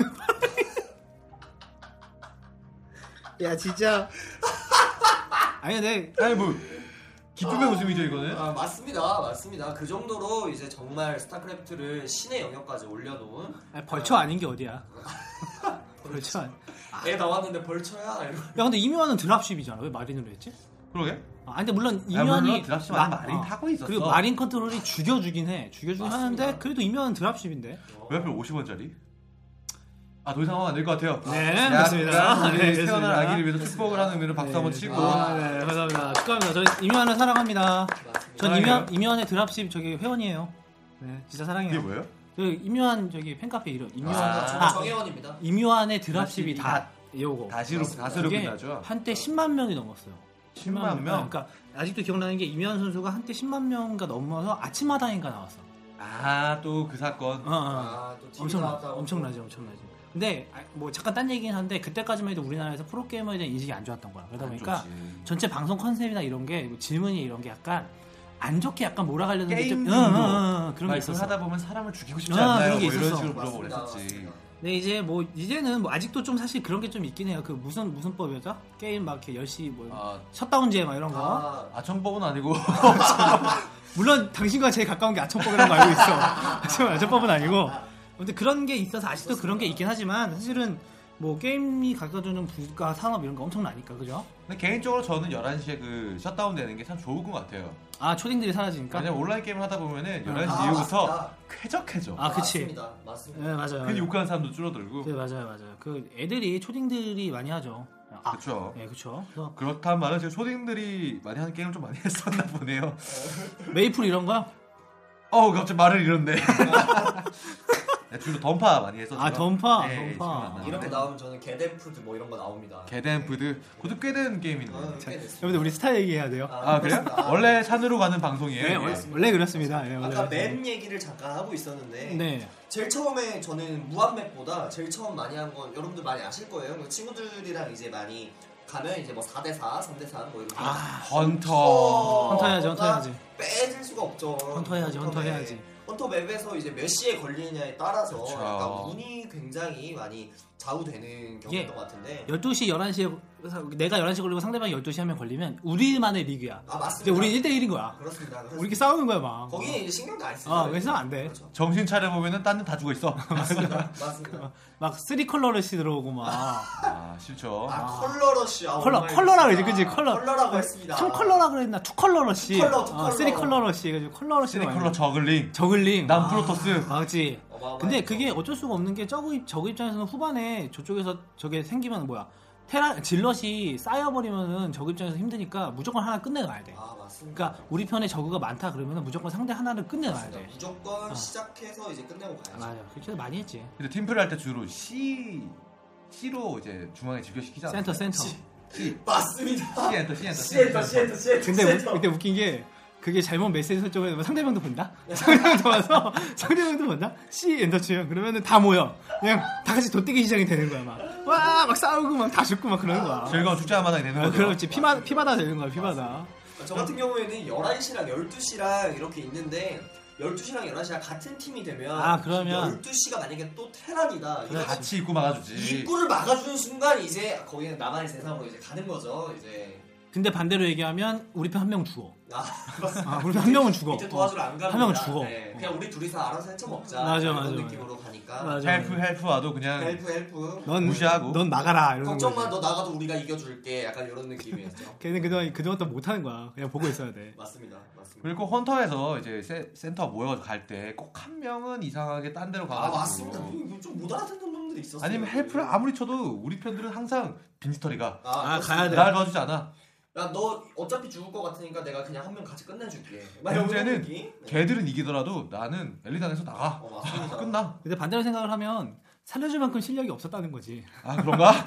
Speaker 1: 야 진짜. 아니 근데
Speaker 3: 아니 뭐 기쁨의 웃음이죠 이거는.
Speaker 2: 아, 맞습니다, 맞습니다. 그 정도로 이제 정말 스타크래프트를 신의 영역까지 올려놓은
Speaker 1: 아니, 벌처 아닌 게 어디야. 벌처 아니.
Speaker 2: 애 나왔는데 벌쳐야 이런.
Speaker 1: 야 근데 임요한은 드랍십이잖아. 왜 마린으로 했지?
Speaker 3: 그러게.
Speaker 1: 아 근데 물론
Speaker 3: 야, 물론
Speaker 1: 임요한이
Speaker 3: 드랍십
Speaker 1: 마-
Speaker 3: 아니면 마린
Speaker 1: 어.
Speaker 3: 타고 있었어.
Speaker 1: 그리고 마린 컨트롤이 죽여주긴 해. 죽여주긴
Speaker 2: 맞습니다.
Speaker 1: 하는데 그래도 임요한은 드랍십인데.
Speaker 3: 왜 하필 50원짜리? 아, 더 이상 하면 안 될 것 같아요.
Speaker 1: 네,
Speaker 3: 야,
Speaker 1: 맞습니다.
Speaker 3: 야,
Speaker 1: 네,
Speaker 3: 우리 태어날
Speaker 1: 그렇습니다.
Speaker 3: 아기를 위해서 축복을 하는 의미로 박수 한번 치고.
Speaker 1: 아, 네, 감사합니다. 축하합니다. 저는 임요한을 사랑합니다.
Speaker 2: 맞습니다.
Speaker 1: 전
Speaker 3: 사랑해요?
Speaker 1: 임요한, 임요한의 드랍십 저기 회원이에요. 네, 진짜
Speaker 3: 이게
Speaker 1: 사랑해요.
Speaker 3: 뭐예요?
Speaker 1: 그 임요한 저기 팬카페 이름. 임요한.
Speaker 2: 아,
Speaker 3: 아.
Speaker 2: 저 정혜원입니다.
Speaker 1: 임요한의 드랍십이 다 요거.
Speaker 3: 다시로
Speaker 2: 맞습니다.
Speaker 3: 다스로
Speaker 1: 이게
Speaker 3: 끝나죠.
Speaker 1: 한때 10만 명이 넘었어요.
Speaker 3: 10만 명.
Speaker 1: 그러니까 아직도 기억나는 게 임요한 선수가 한때 10만 명가 넘어서 아침마당인가 나왔어.
Speaker 3: 아, 또 그 사건.
Speaker 1: 어, 어.
Speaker 2: 아또
Speaker 1: 엄청나, 엄청나지, 엄청나지. 근데 아, 뭐 잠깐 딴 얘기긴 한데 그때까지만 해도 우리나라에서 프로게이머에 대한 인식이 안 좋았던 거야.
Speaker 3: 아,
Speaker 1: 그러다 보니까 전체 방송 컨셉이나 이런 게뭐 질문이 이런 게 약간 안 좋게 약간 몰아가려는 게 좀- 응,
Speaker 3: 게임
Speaker 1: 응,
Speaker 3: 정도.
Speaker 1: 응, 응, 그런 게
Speaker 3: 말씀
Speaker 1: 어, 있었어.
Speaker 3: 하다 보면 사람을 죽이고 싶지
Speaker 1: 아,
Speaker 3: 않나요?
Speaker 1: 그런 게
Speaker 3: 뭐 이런
Speaker 1: 있었어.
Speaker 3: 식으로 물어보고
Speaker 2: 맞습니다.
Speaker 3: 했었지.
Speaker 2: 맞습니다.
Speaker 1: 근데 이제 뭐 이제는 뭐 아직도 좀 사실 그런 게 좀 있긴 해요. 그 무슨 무슨 법이었죠? 게임 막 이렇게 10시 뭐
Speaker 3: 아,
Speaker 1: 셧다운제 막 이런 거.
Speaker 2: 아,
Speaker 3: 아청법은 아니고
Speaker 1: 물론 당신과 제일 가까운 게 아청법이라는 거 알고 있어. 하지만 아청법은 아니고. 근데 그런 게 있어서 아직도 그런 게 있긴 하지만 사실은 뭐 게임이 가져주는 부가 산업 이런 거 엄청나니까 그죠?
Speaker 3: 근데 개인적으로 저는 11시에 그 셧다운 되는 게 참 좋은 것 같아요.
Speaker 1: 아 초딩들이 사라지니까.
Speaker 3: 왜냐면 온라인 게임을 하다 보면은 11시
Speaker 2: 아,
Speaker 3: 이후부터
Speaker 2: 맞다.
Speaker 3: 쾌적해져.
Speaker 1: 아 그치.
Speaker 2: 맞습니다. 맞습니다.
Speaker 1: 네 맞아요.
Speaker 3: 괜히
Speaker 1: 맞아요.
Speaker 3: 욕하는 사람도 줄어들고.
Speaker 1: 네 맞아요 맞아요. 그 애들이 초딩들이 많이 하죠. 아,
Speaker 3: 그렇죠.
Speaker 1: 네 그렇죠. 그래서
Speaker 3: 그렇다면 말은 지금 초딩들이 많이 하는 게임을 좀 많이 했었나 보네요.
Speaker 1: 메이플 이런 거요?
Speaker 3: 어우 갑자기 말을 잃었네. 네, 주로 던파 많이 했었죠.
Speaker 1: 아, 던파, 아,
Speaker 3: 네,
Speaker 1: 던파.
Speaker 3: 지금 안 나오는데.
Speaker 2: 이런 거 나오면 저는 게덴푸드 뭐 이런 거 나옵니다.
Speaker 3: 게덴푸드 그것도 꽤 된 게임인데.
Speaker 2: 아, 꽤
Speaker 1: 네, 여러분들
Speaker 2: 됐습니다.
Speaker 1: 우리 스타 얘기해야 돼요.
Speaker 3: 아 그래요?
Speaker 2: 그렇습니다.
Speaker 3: 원래 산으로 가는 방송이에요.
Speaker 1: 네,
Speaker 3: 이게.
Speaker 1: 원래, 원래 그렇습니다. 네, 원래
Speaker 2: 예, 아까
Speaker 1: 그렇습니다.
Speaker 2: 맵 얘기를 잠깐 하고 있었는데
Speaker 1: 네.
Speaker 2: 제일 처음에 저는 무한맵보다 제일 처음 많이 한 건 여러분들 많이 아실 거예요. 그 친구들이랑 이제 많이 가면 이제 뭐 4대4, 3대3 뭐 이런 거.
Speaker 1: 아,
Speaker 3: 헌터.
Speaker 1: 헌터 해야지, 헌터
Speaker 2: 헌터.
Speaker 1: 해야지.
Speaker 2: 빼질 수가 없죠.
Speaker 1: 헌터 해야지, 헌터
Speaker 2: 헌터맵.
Speaker 1: 해야지.
Speaker 2: 헌터 맵에서 이제 몇 시에 걸리냐에 따라서
Speaker 3: 그쵸.
Speaker 2: 약간 운이 굉장히 많이 좌우되는
Speaker 1: 이게
Speaker 2: 경우였던 것 같은데.
Speaker 1: 12시, 11시에, 내가 11시 걸리고 상대방이 12시 하면 걸리면 우리만의 리그야.
Speaker 2: 아
Speaker 1: 이제
Speaker 2: 맞습니다.
Speaker 1: 우리 1대1인 거야.
Speaker 2: 그렇습니다. 그래서
Speaker 1: 우리 뭐 이렇게 싸우는 거야, 막.
Speaker 2: 거기는 이제 신경도 안 쓰죠.
Speaker 1: 아, 그래서 안 돼.
Speaker 2: 그렇죠.
Speaker 3: 정신 차려 보면은 딴 데 다 죽어 있어.
Speaker 2: 맞습니다. 맞습니다.
Speaker 1: 막 쓰리 컬러러시 들어오고 막.
Speaker 3: 아 싫죠.
Speaker 2: 아, 컬러러시. 아,
Speaker 1: 컬러,
Speaker 2: 정말
Speaker 1: 컬러라 그러지,
Speaker 2: 진짜.
Speaker 1: 그지? 컬러.
Speaker 2: 컬러라고 했습니다.
Speaker 1: 총 컬러라 그랬나? 투 컬러러시.
Speaker 2: 투 컬러, 투
Speaker 1: 어,
Speaker 2: 컬러.
Speaker 1: 쓰리 컬러러시. 그지? 컬러러시.
Speaker 3: 시리 컬러 저글링.
Speaker 1: 저글링.
Speaker 3: 남 프로토스.
Speaker 1: 아, 그지?
Speaker 2: 어마어마했죠.
Speaker 1: 근데 그게 어쩔 수가 없는 게 저거 입, 저거 입장에서는 후반에 저쪽에서 저게 생기면 뭐야. 테라, 질럿이 쌓여버리면은 저거 입장에서 힘드니까 무조건 하나 끝내놔야 돼.
Speaker 2: 아 맞습니다.
Speaker 1: 그러니까 우리 편에 저그가 많다 그러면 무조건 상대 하나를 끝내놔야
Speaker 2: 맞습니다.
Speaker 1: 돼.
Speaker 2: 무조건
Speaker 1: 어.
Speaker 2: 시작해서 이제 끝내고 가야죠.
Speaker 1: 맞아. 그렇게 해서 많이 했지.
Speaker 3: 근데 팀플 할 때 주로 C C로 이제 중앙에 집결시키잖아.
Speaker 1: 센터 센터.
Speaker 3: C
Speaker 2: 맞습니다.
Speaker 3: C 엔터 C 엔터
Speaker 2: 시엔터 시엔터 시엔터.
Speaker 1: 근데 우- 근데 웃긴 게 그게 잘못 메시지 설정해서 상대방도 본다. 상대방도 와서 상대방도 본다. C 엔터치면 그러면은 다 모여. 그냥 다 같이 돋대기 시작이 되는 거야 막. 와 막 싸우고 막 다 죽고 막 그러는 거야.
Speaker 3: 즐거운 죽지 않마당이 되는
Speaker 1: 아,
Speaker 3: 거죠.
Speaker 1: 그렇지 피마 피바다 되는 거야 피바다.
Speaker 2: 저 같은 경우에는 11시랑 12시랑 이렇게 있는데 12시랑 11시랑 같은 팀이 되면
Speaker 1: 아, 그러면-
Speaker 2: 12시가 만약에 또 테란이다. 이거 같이
Speaker 3: 같이 입고 막아주지.
Speaker 2: 입구를 막아주는 순간 이제 거기는 나만의 세상으로 이제 가는 거죠. 이제
Speaker 1: 근데 반대로 얘기하면 우리 편 한 명 죽어.
Speaker 2: 아, 맞습니다.
Speaker 1: 아, 우리 한 명은 죽어.
Speaker 2: 밑에 도와주러 안 가면
Speaker 1: 한 명은 죽어.
Speaker 2: 그냥 우리 둘이서 알아서 헤쳐 먹자.
Speaker 1: 맞아,
Speaker 2: 이런
Speaker 1: 맞아,
Speaker 2: 느낌으로 가니까.
Speaker 1: 맞아.
Speaker 3: 헬프 헬프 와도 그냥
Speaker 2: 헬프 헬프.
Speaker 1: 넌
Speaker 3: 무시하고.
Speaker 1: 넌 나가라 이러는
Speaker 2: 걱정 마,
Speaker 1: 거지.
Speaker 2: 너 나가도 우리가 이겨줄게. 약간 이런 느낌이었죠.
Speaker 1: 걔는 그동안 그동안 또 못하는 거야. 그냥 보고 있어야 돼.
Speaker 2: 맞습니다, 맞습니다.
Speaker 3: 그리고 헌터에서 이제 세- 센터 모여 갈 때 꼭 한 명은 이상하게 딴 데로
Speaker 1: 그러니까
Speaker 2: 아
Speaker 1: 뭐.
Speaker 3: 가가지고
Speaker 2: 맞습니다. 좀 못 알아듣는 놈들이 있었어요.
Speaker 3: 아니면 헬프를 아무리 쳐도 우리 편들은 항상 빈지털이가
Speaker 1: 아, 가야 네.
Speaker 3: 날 봐주지 않아.
Speaker 2: 야너 어차피 죽을 것 같으니까 내가 그냥 한 명 같이 끝내줄게. 막 이런
Speaker 3: 문제는
Speaker 2: 느낌? 네.
Speaker 3: 걔들은 이기더라도 나는 엘리단에서 나가.
Speaker 2: 어, 맞습니다.
Speaker 3: 끝나.
Speaker 1: 근데 반대로 생각을 하면 살려줄 만큼 실력이 없었다는 거지.
Speaker 3: 아 그런가?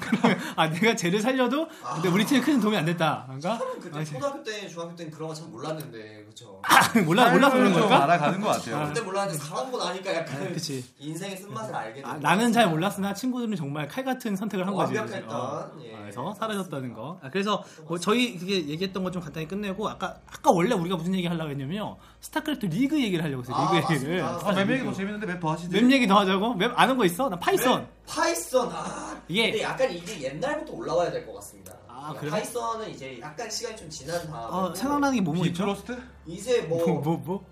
Speaker 1: 아 내가 쟤를 살려도 근데 우리 팀에 큰 도움이 안 됐다. 그런가?
Speaker 2: 아, 그때
Speaker 1: 아, 쟤-
Speaker 2: 초등학교 때, 중학교 때는 그런 거 참 몰랐는데, 그렇죠.
Speaker 1: 몰라 몰라
Speaker 3: 삶을
Speaker 1: 보는
Speaker 3: 좀
Speaker 1: 걸까?
Speaker 3: 알아가는 것 같아요.
Speaker 2: 그때 몰랐는데 살아보고 나니까 약간
Speaker 1: 그치.
Speaker 2: 인생의 쓴맛을 알게
Speaker 1: 아, 나는
Speaker 2: 되는 것
Speaker 1: 잘
Speaker 2: 같습니다.
Speaker 1: 몰랐으나 친구들은 정말 칼 같은 선택을 한
Speaker 2: 어,
Speaker 1: 거지.
Speaker 2: 완벽했던,
Speaker 1: 어.
Speaker 2: 예.
Speaker 1: 아, 그래서 사라졌다는 거. 아, 그래서 뭐 저희 그게 얘기했던 거 좀 간단히 끝내고 아까 아까 원래 우리가 무슨 얘기 하려고 했냐면요. 스타크래프트 리그 얘기를 하려고 했어요.
Speaker 2: 아,
Speaker 1: 리그 얘기를.
Speaker 2: 맞습니다.
Speaker 3: 아, 맵 얘기 더 재밌는데 맵 더 하시지.
Speaker 1: 맵 얘기 더 하자고? 맵 아는 거 있어? 나 파이썬.
Speaker 2: 파이썬 아
Speaker 1: 이게-
Speaker 2: 근데 약간 이게 옛날부터 올라와야 될 것 같습니다.
Speaker 1: 예. 아,
Speaker 2: 그러니까
Speaker 1: 그래요?
Speaker 2: 파이썬은 이제 약간 시간이 좀 지난 다음에
Speaker 1: 어, 생각나는 게 뭐뭐 있죠?
Speaker 3: 비프로스트?
Speaker 2: 이제 아, 네. 뭐,
Speaker 1: 뭐 뭐 뭐?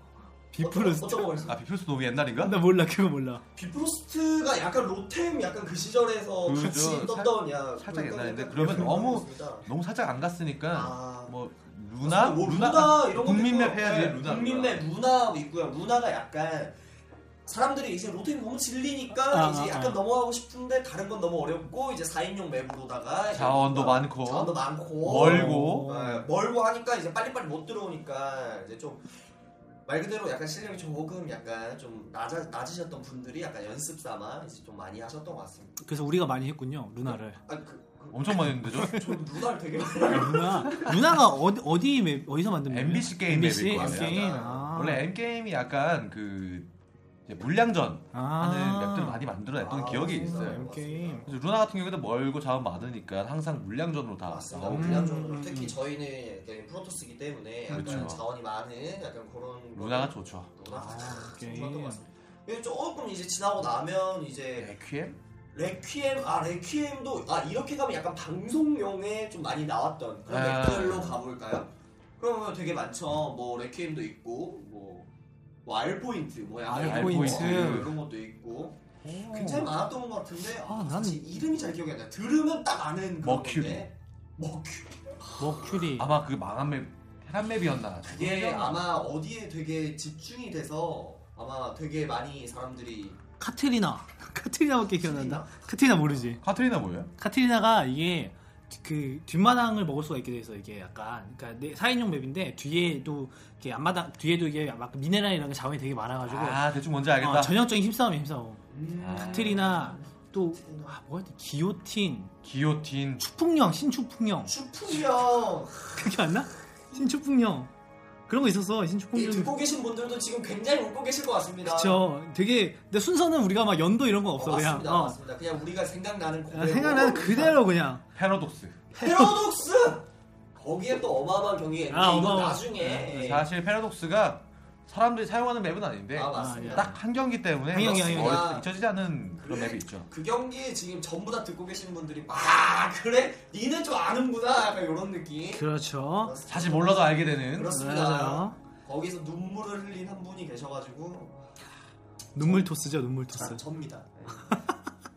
Speaker 1: 비프로스트.
Speaker 2: 어쩌고 말했어?
Speaker 3: 아 비프로스트 너무
Speaker 2: 뭐,
Speaker 3: 옛날인가?
Speaker 1: 나 몰라 그거 몰라.
Speaker 2: 비프로스트가 약간 로템 약간 그
Speaker 1: 음,
Speaker 2: 시절에서
Speaker 3: 그죠.
Speaker 2: 같이
Speaker 3: 살-
Speaker 2: 떴던 야
Speaker 3: 살짝
Speaker 2: 그런
Speaker 3: 옛날인데
Speaker 2: 약간
Speaker 3: 그러면
Speaker 2: 그런
Speaker 3: 너무-
Speaker 2: 느낌이었습니다.
Speaker 3: 너무 살짝 안 갔으니까
Speaker 2: 아,
Speaker 3: 뭐 루나?
Speaker 2: 뭐
Speaker 3: 루나?
Speaker 2: 루나, 이런 것도
Speaker 3: 국민맵
Speaker 2: 있고,
Speaker 3: 해야지
Speaker 2: 네,
Speaker 3: 루나.
Speaker 2: 국민맵 루나 뭐 있고요. 루나가 약간 사람들이 이제 로템 너무 질리니까
Speaker 1: 아,
Speaker 2: 이제
Speaker 1: 아,
Speaker 2: 약간
Speaker 1: 아.
Speaker 2: 넘어가고 싶은데 다른 건 너무 어렵고 이제 4인용 맵으로다가 이제
Speaker 3: 자원도
Speaker 2: 뭔가
Speaker 3: 많고.
Speaker 2: 자원도 많고
Speaker 3: 멀고
Speaker 2: 네, 멀고 하니까 이제 빨리빨리 못 들어오니까 이제 좀 말 그대로 약간 실력이 조금 약간 좀 낮아, 낮으셨던 분들이 약간 연습 삼아 이제 좀 많이 하셨던 것 같습니다.
Speaker 1: 그래서 우리가 많이 했군요. 루나를.
Speaker 2: 아, 그, 그,
Speaker 3: 엄청 많이 했는데죠?
Speaker 2: 저 누나를 되게 많이
Speaker 1: 누나 누나가 어디 어디 맵, 어디서 만든 맵이야?
Speaker 3: MBC 게임
Speaker 1: MBC
Speaker 3: 맵일 거예요.
Speaker 1: 게임. 아.
Speaker 3: 원래 M 게임이 약간 그 이제 물량전
Speaker 1: 아.
Speaker 3: 하는 맵들을 많이 만들어냈던
Speaker 2: 아,
Speaker 3: 기억이
Speaker 2: 맞습니다.
Speaker 3: 있어요.
Speaker 1: 게임.
Speaker 3: 그래서 루나 같은 경우에도 멀고 자원 많으니까 항상 물량전으로 다
Speaker 2: 맞습니다.
Speaker 3: 나오고
Speaker 2: 물량
Speaker 1: 음.
Speaker 2: 정도. 특히 저희는 약간 프로토스기 때문에 약간
Speaker 3: 그렇죠.
Speaker 2: 자원이 많은 약간 그런
Speaker 3: 루나가
Speaker 2: 거-
Speaker 3: 좋죠.
Speaker 2: 루나가
Speaker 1: 아,
Speaker 2: 참
Speaker 1: 게임.
Speaker 2: 좋았던 것 같습니다. 이게 조금 이제 지나고 나면
Speaker 3: 네.
Speaker 2: 이제
Speaker 3: 에퀴엠?
Speaker 2: 레퀴엠 아 레퀴엠도 아 이렇게 가면 약간 방송용에 좀 많이 나왔던 그런
Speaker 3: 아.
Speaker 2: 맵들로 가볼까요? 그러면 되게 많죠. 뭐 레퀴엠도 있고 뭐. 뭐 알포인트 뭐 약간
Speaker 1: 알포인트.
Speaker 2: 이런 것도 있고 굉장히 많았던 것 같은데 아,
Speaker 1: 아,
Speaker 2: 난 이름이 잘 기억이 안 나요 들으면 딱 아는 그런
Speaker 3: 머큐리.
Speaker 2: 건데. 머큐리
Speaker 1: 머큐리.
Speaker 3: 아마 그 망한 맵 테란 맵이었나?
Speaker 1: 예,
Speaker 2: 그게 아마 어디에 되게 집중이 돼서 아마 되게 많이 사람들이
Speaker 1: 카트리나. 카트리나밖에 기억난다. 카트리나 모르지.
Speaker 3: 카트리나 뭐예요?
Speaker 1: 카트리나가 이게 그 뒷마당을 먹을 수가 있게 돼서 이게 약간 그러니까 내- 4인용 맵인데 뒤에도 이렇게 앞마당 뒤에도 이게 막 미네랄이랑 자원이 되게 많아가지고
Speaker 3: 아 대충 뭔지 알겠다.
Speaker 1: 어, 전형적인 힘싸움이 힘싸움.
Speaker 3: 아.
Speaker 1: 카트리나 또 아 뭐였지? 기요틴,
Speaker 3: 기오틴.
Speaker 1: 추풍령, 신추풍령.
Speaker 2: 슈프형
Speaker 1: 그게 맞나? 신추풍령 그런 거 있었어.
Speaker 2: 이
Speaker 1: 신추풍령.
Speaker 2: 듣고 계신 분들도 지금 굉장히 웃고 계실 것 같습니다.
Speaker 1: 음. 그쵸. 되게 근데 순서는 우리가 막 연도 이런 건 없어
Speaker 2: 어,
Speaker 1: 그냥.
Speaker 2: 맞습니다,
Speaker 1: 어.
Speaker 2: 맞습니다. 그냥 우리가 생각나는 그대로.
Speaker 1: 그냥 생각나는 그대로 그냥.
Speaker 3: 패러독스.
Speaker 2: 패러독스. 거기에 또 어마어마한 경기가 있는데
Speaker 1: 아,
Speaker 2: 이건
Speaker 1: 어마어마.
Speaker 2: 나중에. 예,
Speaker 3: 네. 사실 패러독스가 사람들이 사용하는 맵은
Speaker 1: 네.
Speaker 3: 아닌데
Speaker 2: 아
Speaker 1: 예.
Speaker 2: 맞습니다.
Speaker 3: 딱 한 경기 때문에
Speaker 1: 한 경기, 한 경기.
Speaker 3: 어디 잊혀지지 않는 그런
Speaker 2: 그래?
Speaker 3: 맵이 있죠.
Speaker 2: 그 경기 지금 전부 다 듣고 계시는 분들이 아 그래 니는 좀 아는구나 약간 이런 느낌.
Speaker 1: 그렇죠. 네,
Speaker 2: 그렇습니다.
Speaker 3: 사실 몰라도 알게 되는
Speaker 2: 그렇습니다.
Speaker 1: 맞아요.
Speaker 2: 거기서 눈물을 흘린 한 분이 계셔가지고
Speaker 1: 눈물 토스죠, 눈물 토스.
Speaker 2: 저, 접니다. 네.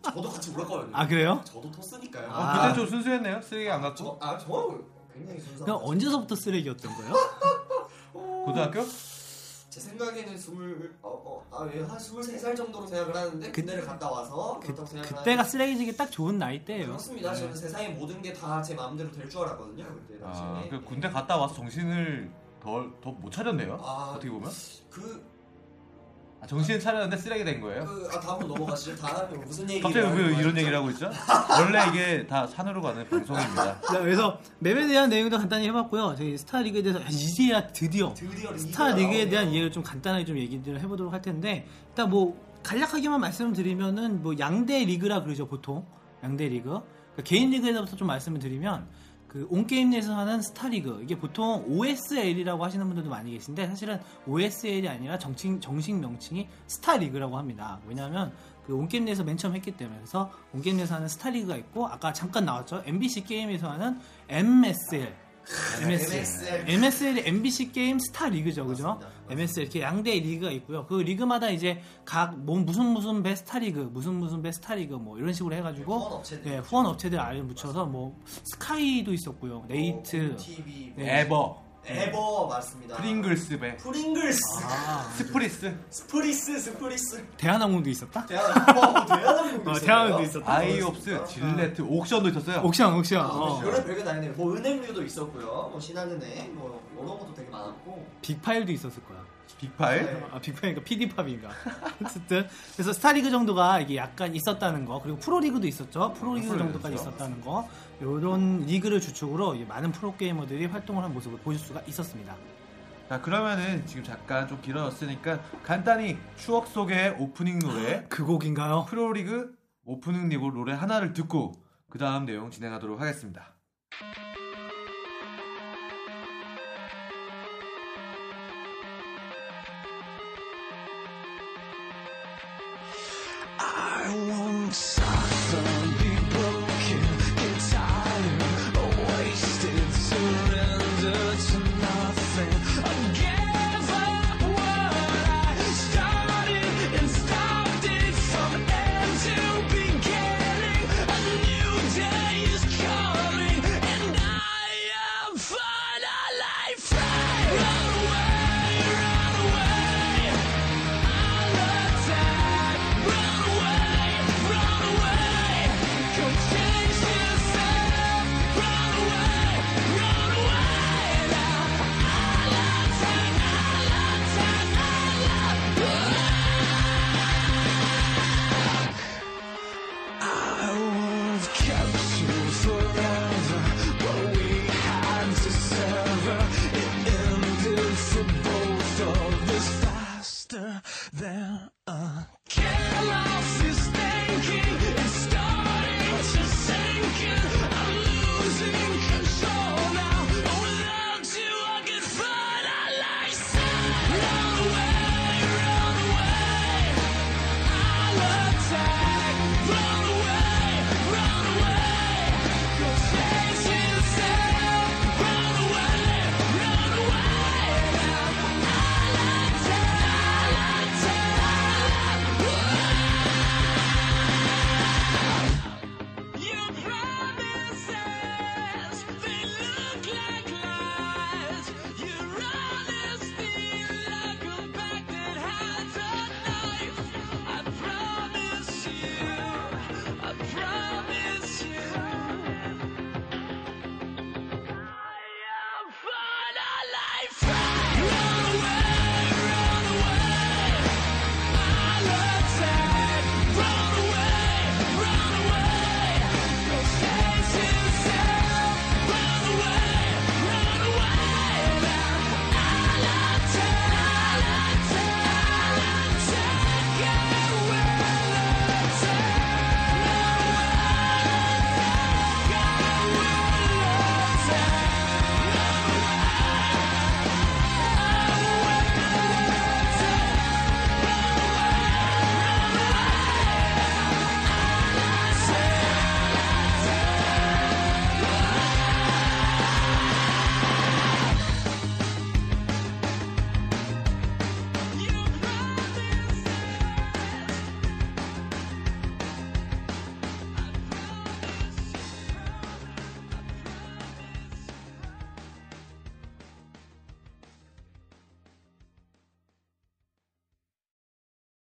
Speaker 2: 저도 같이 울었거든요
Speaker 1: 아 그래요?
Speaker 2: 저도 토스니까요.
Speaker 3: 어,
Speaker 1: 아.
Speaker 3: 그때 좀 순수했네요. 쓰레기 안 갖고
Speaker 2: 저, 아, 저 굉장히 순수한.
Speaker 1: 그럼
Speaker 2: 거죠.
Speaker 1: 언제서부터 쓰레기였던 거예요?
Speaker 2: 어?
Speaker 3: 고등학교?
Speaker 2: 제 생각에는 스물 어어아한 스물세 살 정도로 생각을 하는데 군대를 갔다 와서
Speaker 1: 그,
Speaker 2: 그렇다고 생각을
Speaker 1: 그때가
Speaker 2: 하는데
Speaker 1: 쓰레기지기 딱 좋은 나이 때예요.
Speaker 2: 그렇습니다. 저는
Speaker 1: 네.
Speaker 2: 세상의 모든 게 다 제 마음대로 될 줄 알았거든요. 그때 당시에.
Speaker 3: 아, 그
Speaker 2: 예.
Speaker 3: 군대 갔다 와서 정신을 덜더못 차렸네요.
Speaker 2: 아,
Speaker 3: 어떻게 보면
Speaker 2: 그,
Speaker 3: 아, 정신 차렸는데 쓰레기 된 거예요.
Speaker 2: 그, 아, 다음으로 넘어가시죠. 다음은 무슨 얘기?
Speaker 3: 갑자기 왜 이런 얘기를 하고 있죠? 원래 이게 다 산으로 가는 방송입니다.
Speaker 1: 자, 그래서 맵에 대한 내용도 간단히 해봤고요. 저희 스타 리그에 대해서 이제야 드디어
Speaker 2: 드디어
Speaker 1: 스타
Speaker 2: 리그가
Speaker 1: 리그에 대한
Speaker 2: 나오네요.
Speaker 1: 이해를 좀 간단하게 좀 얘기를 해보도록 할 텐데 일단 뭐 간략하게만 말씀드리면은 뭐 양대 리그라 그러죠 보통 양대 리그 그러니까 개인 리그에 대해서 좀 말씀을 드리면 그 온게임 내에서 하는 스타 리그 이게 보통 OSL이라고 하시는 분들도 많이 계신데 사실은 OSL이 아니라 정칭, 정식 명칭이 스타 리그라고 합니다 왜냐하면 그 온게임 내에서 맨 처음 했기 때문에 그래서 온게임 내에서 하는 스타 리그가 있고 아까 잠깐 나왔죠 MBC 게임에서 하는 MSL
Speaker 2: 아, 네,
Speaker 1: MSL. MSL이 MBC 게임 스타 리그죠, 그죠?
Speaker 2: 맞습니다. 맞습니다.
Speaker 1: MSL 이렇게 양대 리그가 있고요. 그 리그마다 이제 각 뭐 무슨 무슨 배 스타 리그, 무슨 무슨 배 스타 리그 뭐 이런 식으로 해가지고
Speaker 2: 후원 업체들.
Speaker 1: 예, 후원 업체들 아예 붙여서 뭐 스카이도 있었고요, 네이트,
Speaker 2: TV, 뭐
Speaker 3: 에버,
Speaker 2: 에버 맞습니다.
Speaker 3: 프링글스 배,
Speaker 2: 프링글스,
Speaker 1: 아.
Speaker 3: 스프리스,
Speaker 2: 스프리스, 스프리스.
Speaker 1: 대한항공도 있었다.
Speaker 2: 대한항공, 대한항공도
Speaker 1: 어,
Speaker 2: 있어요.
Speaker 1: 대한항공도 있었다.
Speaker 2: 네.
Speaker 3: 아이옵스, 질레트, 옥션도 있었어요.
Speaker 1: 옥션, 옥션, 어.
Speaker 2: 아, 여러 별게 다 있네요. 뭐 은행류도 있었고요. 뭐 신한은행, 뭐 이런 것도 되게 많았고.
Speaker 1: 빅파일도 있었을 거야.
Speaker 3: 빅파일,
Speaker 2: 네.
Speaker 1: 아, 빅파인가 PD팝인가. 어쨌든 그래서 스타리그 정도가 이게 약간 있었다는 거. 그리고 프로리그도 있었죠. 프로리그
Speaker 3: 프로리그
Speaker 1: 정도까지
Speaker 3: 있었죠.
Speaker 1: 있었다는 거. 요런 리그를 주축으로 이게 많은 프로게이머들이 활동을 한 모습을 보실 수가 있었습니다.
Speaker 3: 자 그러면은 지금 잠깐 좀 길어졌으니까 간단히 추억 속의 오프닝 노래
Speaker 1: 그 곡인가요?
Speaker 3: 프로리그 오프닝 리그 노래 하나를 듣고 그 다음 내용 진행하도록 하겠습니다.
Speaker 4: I want some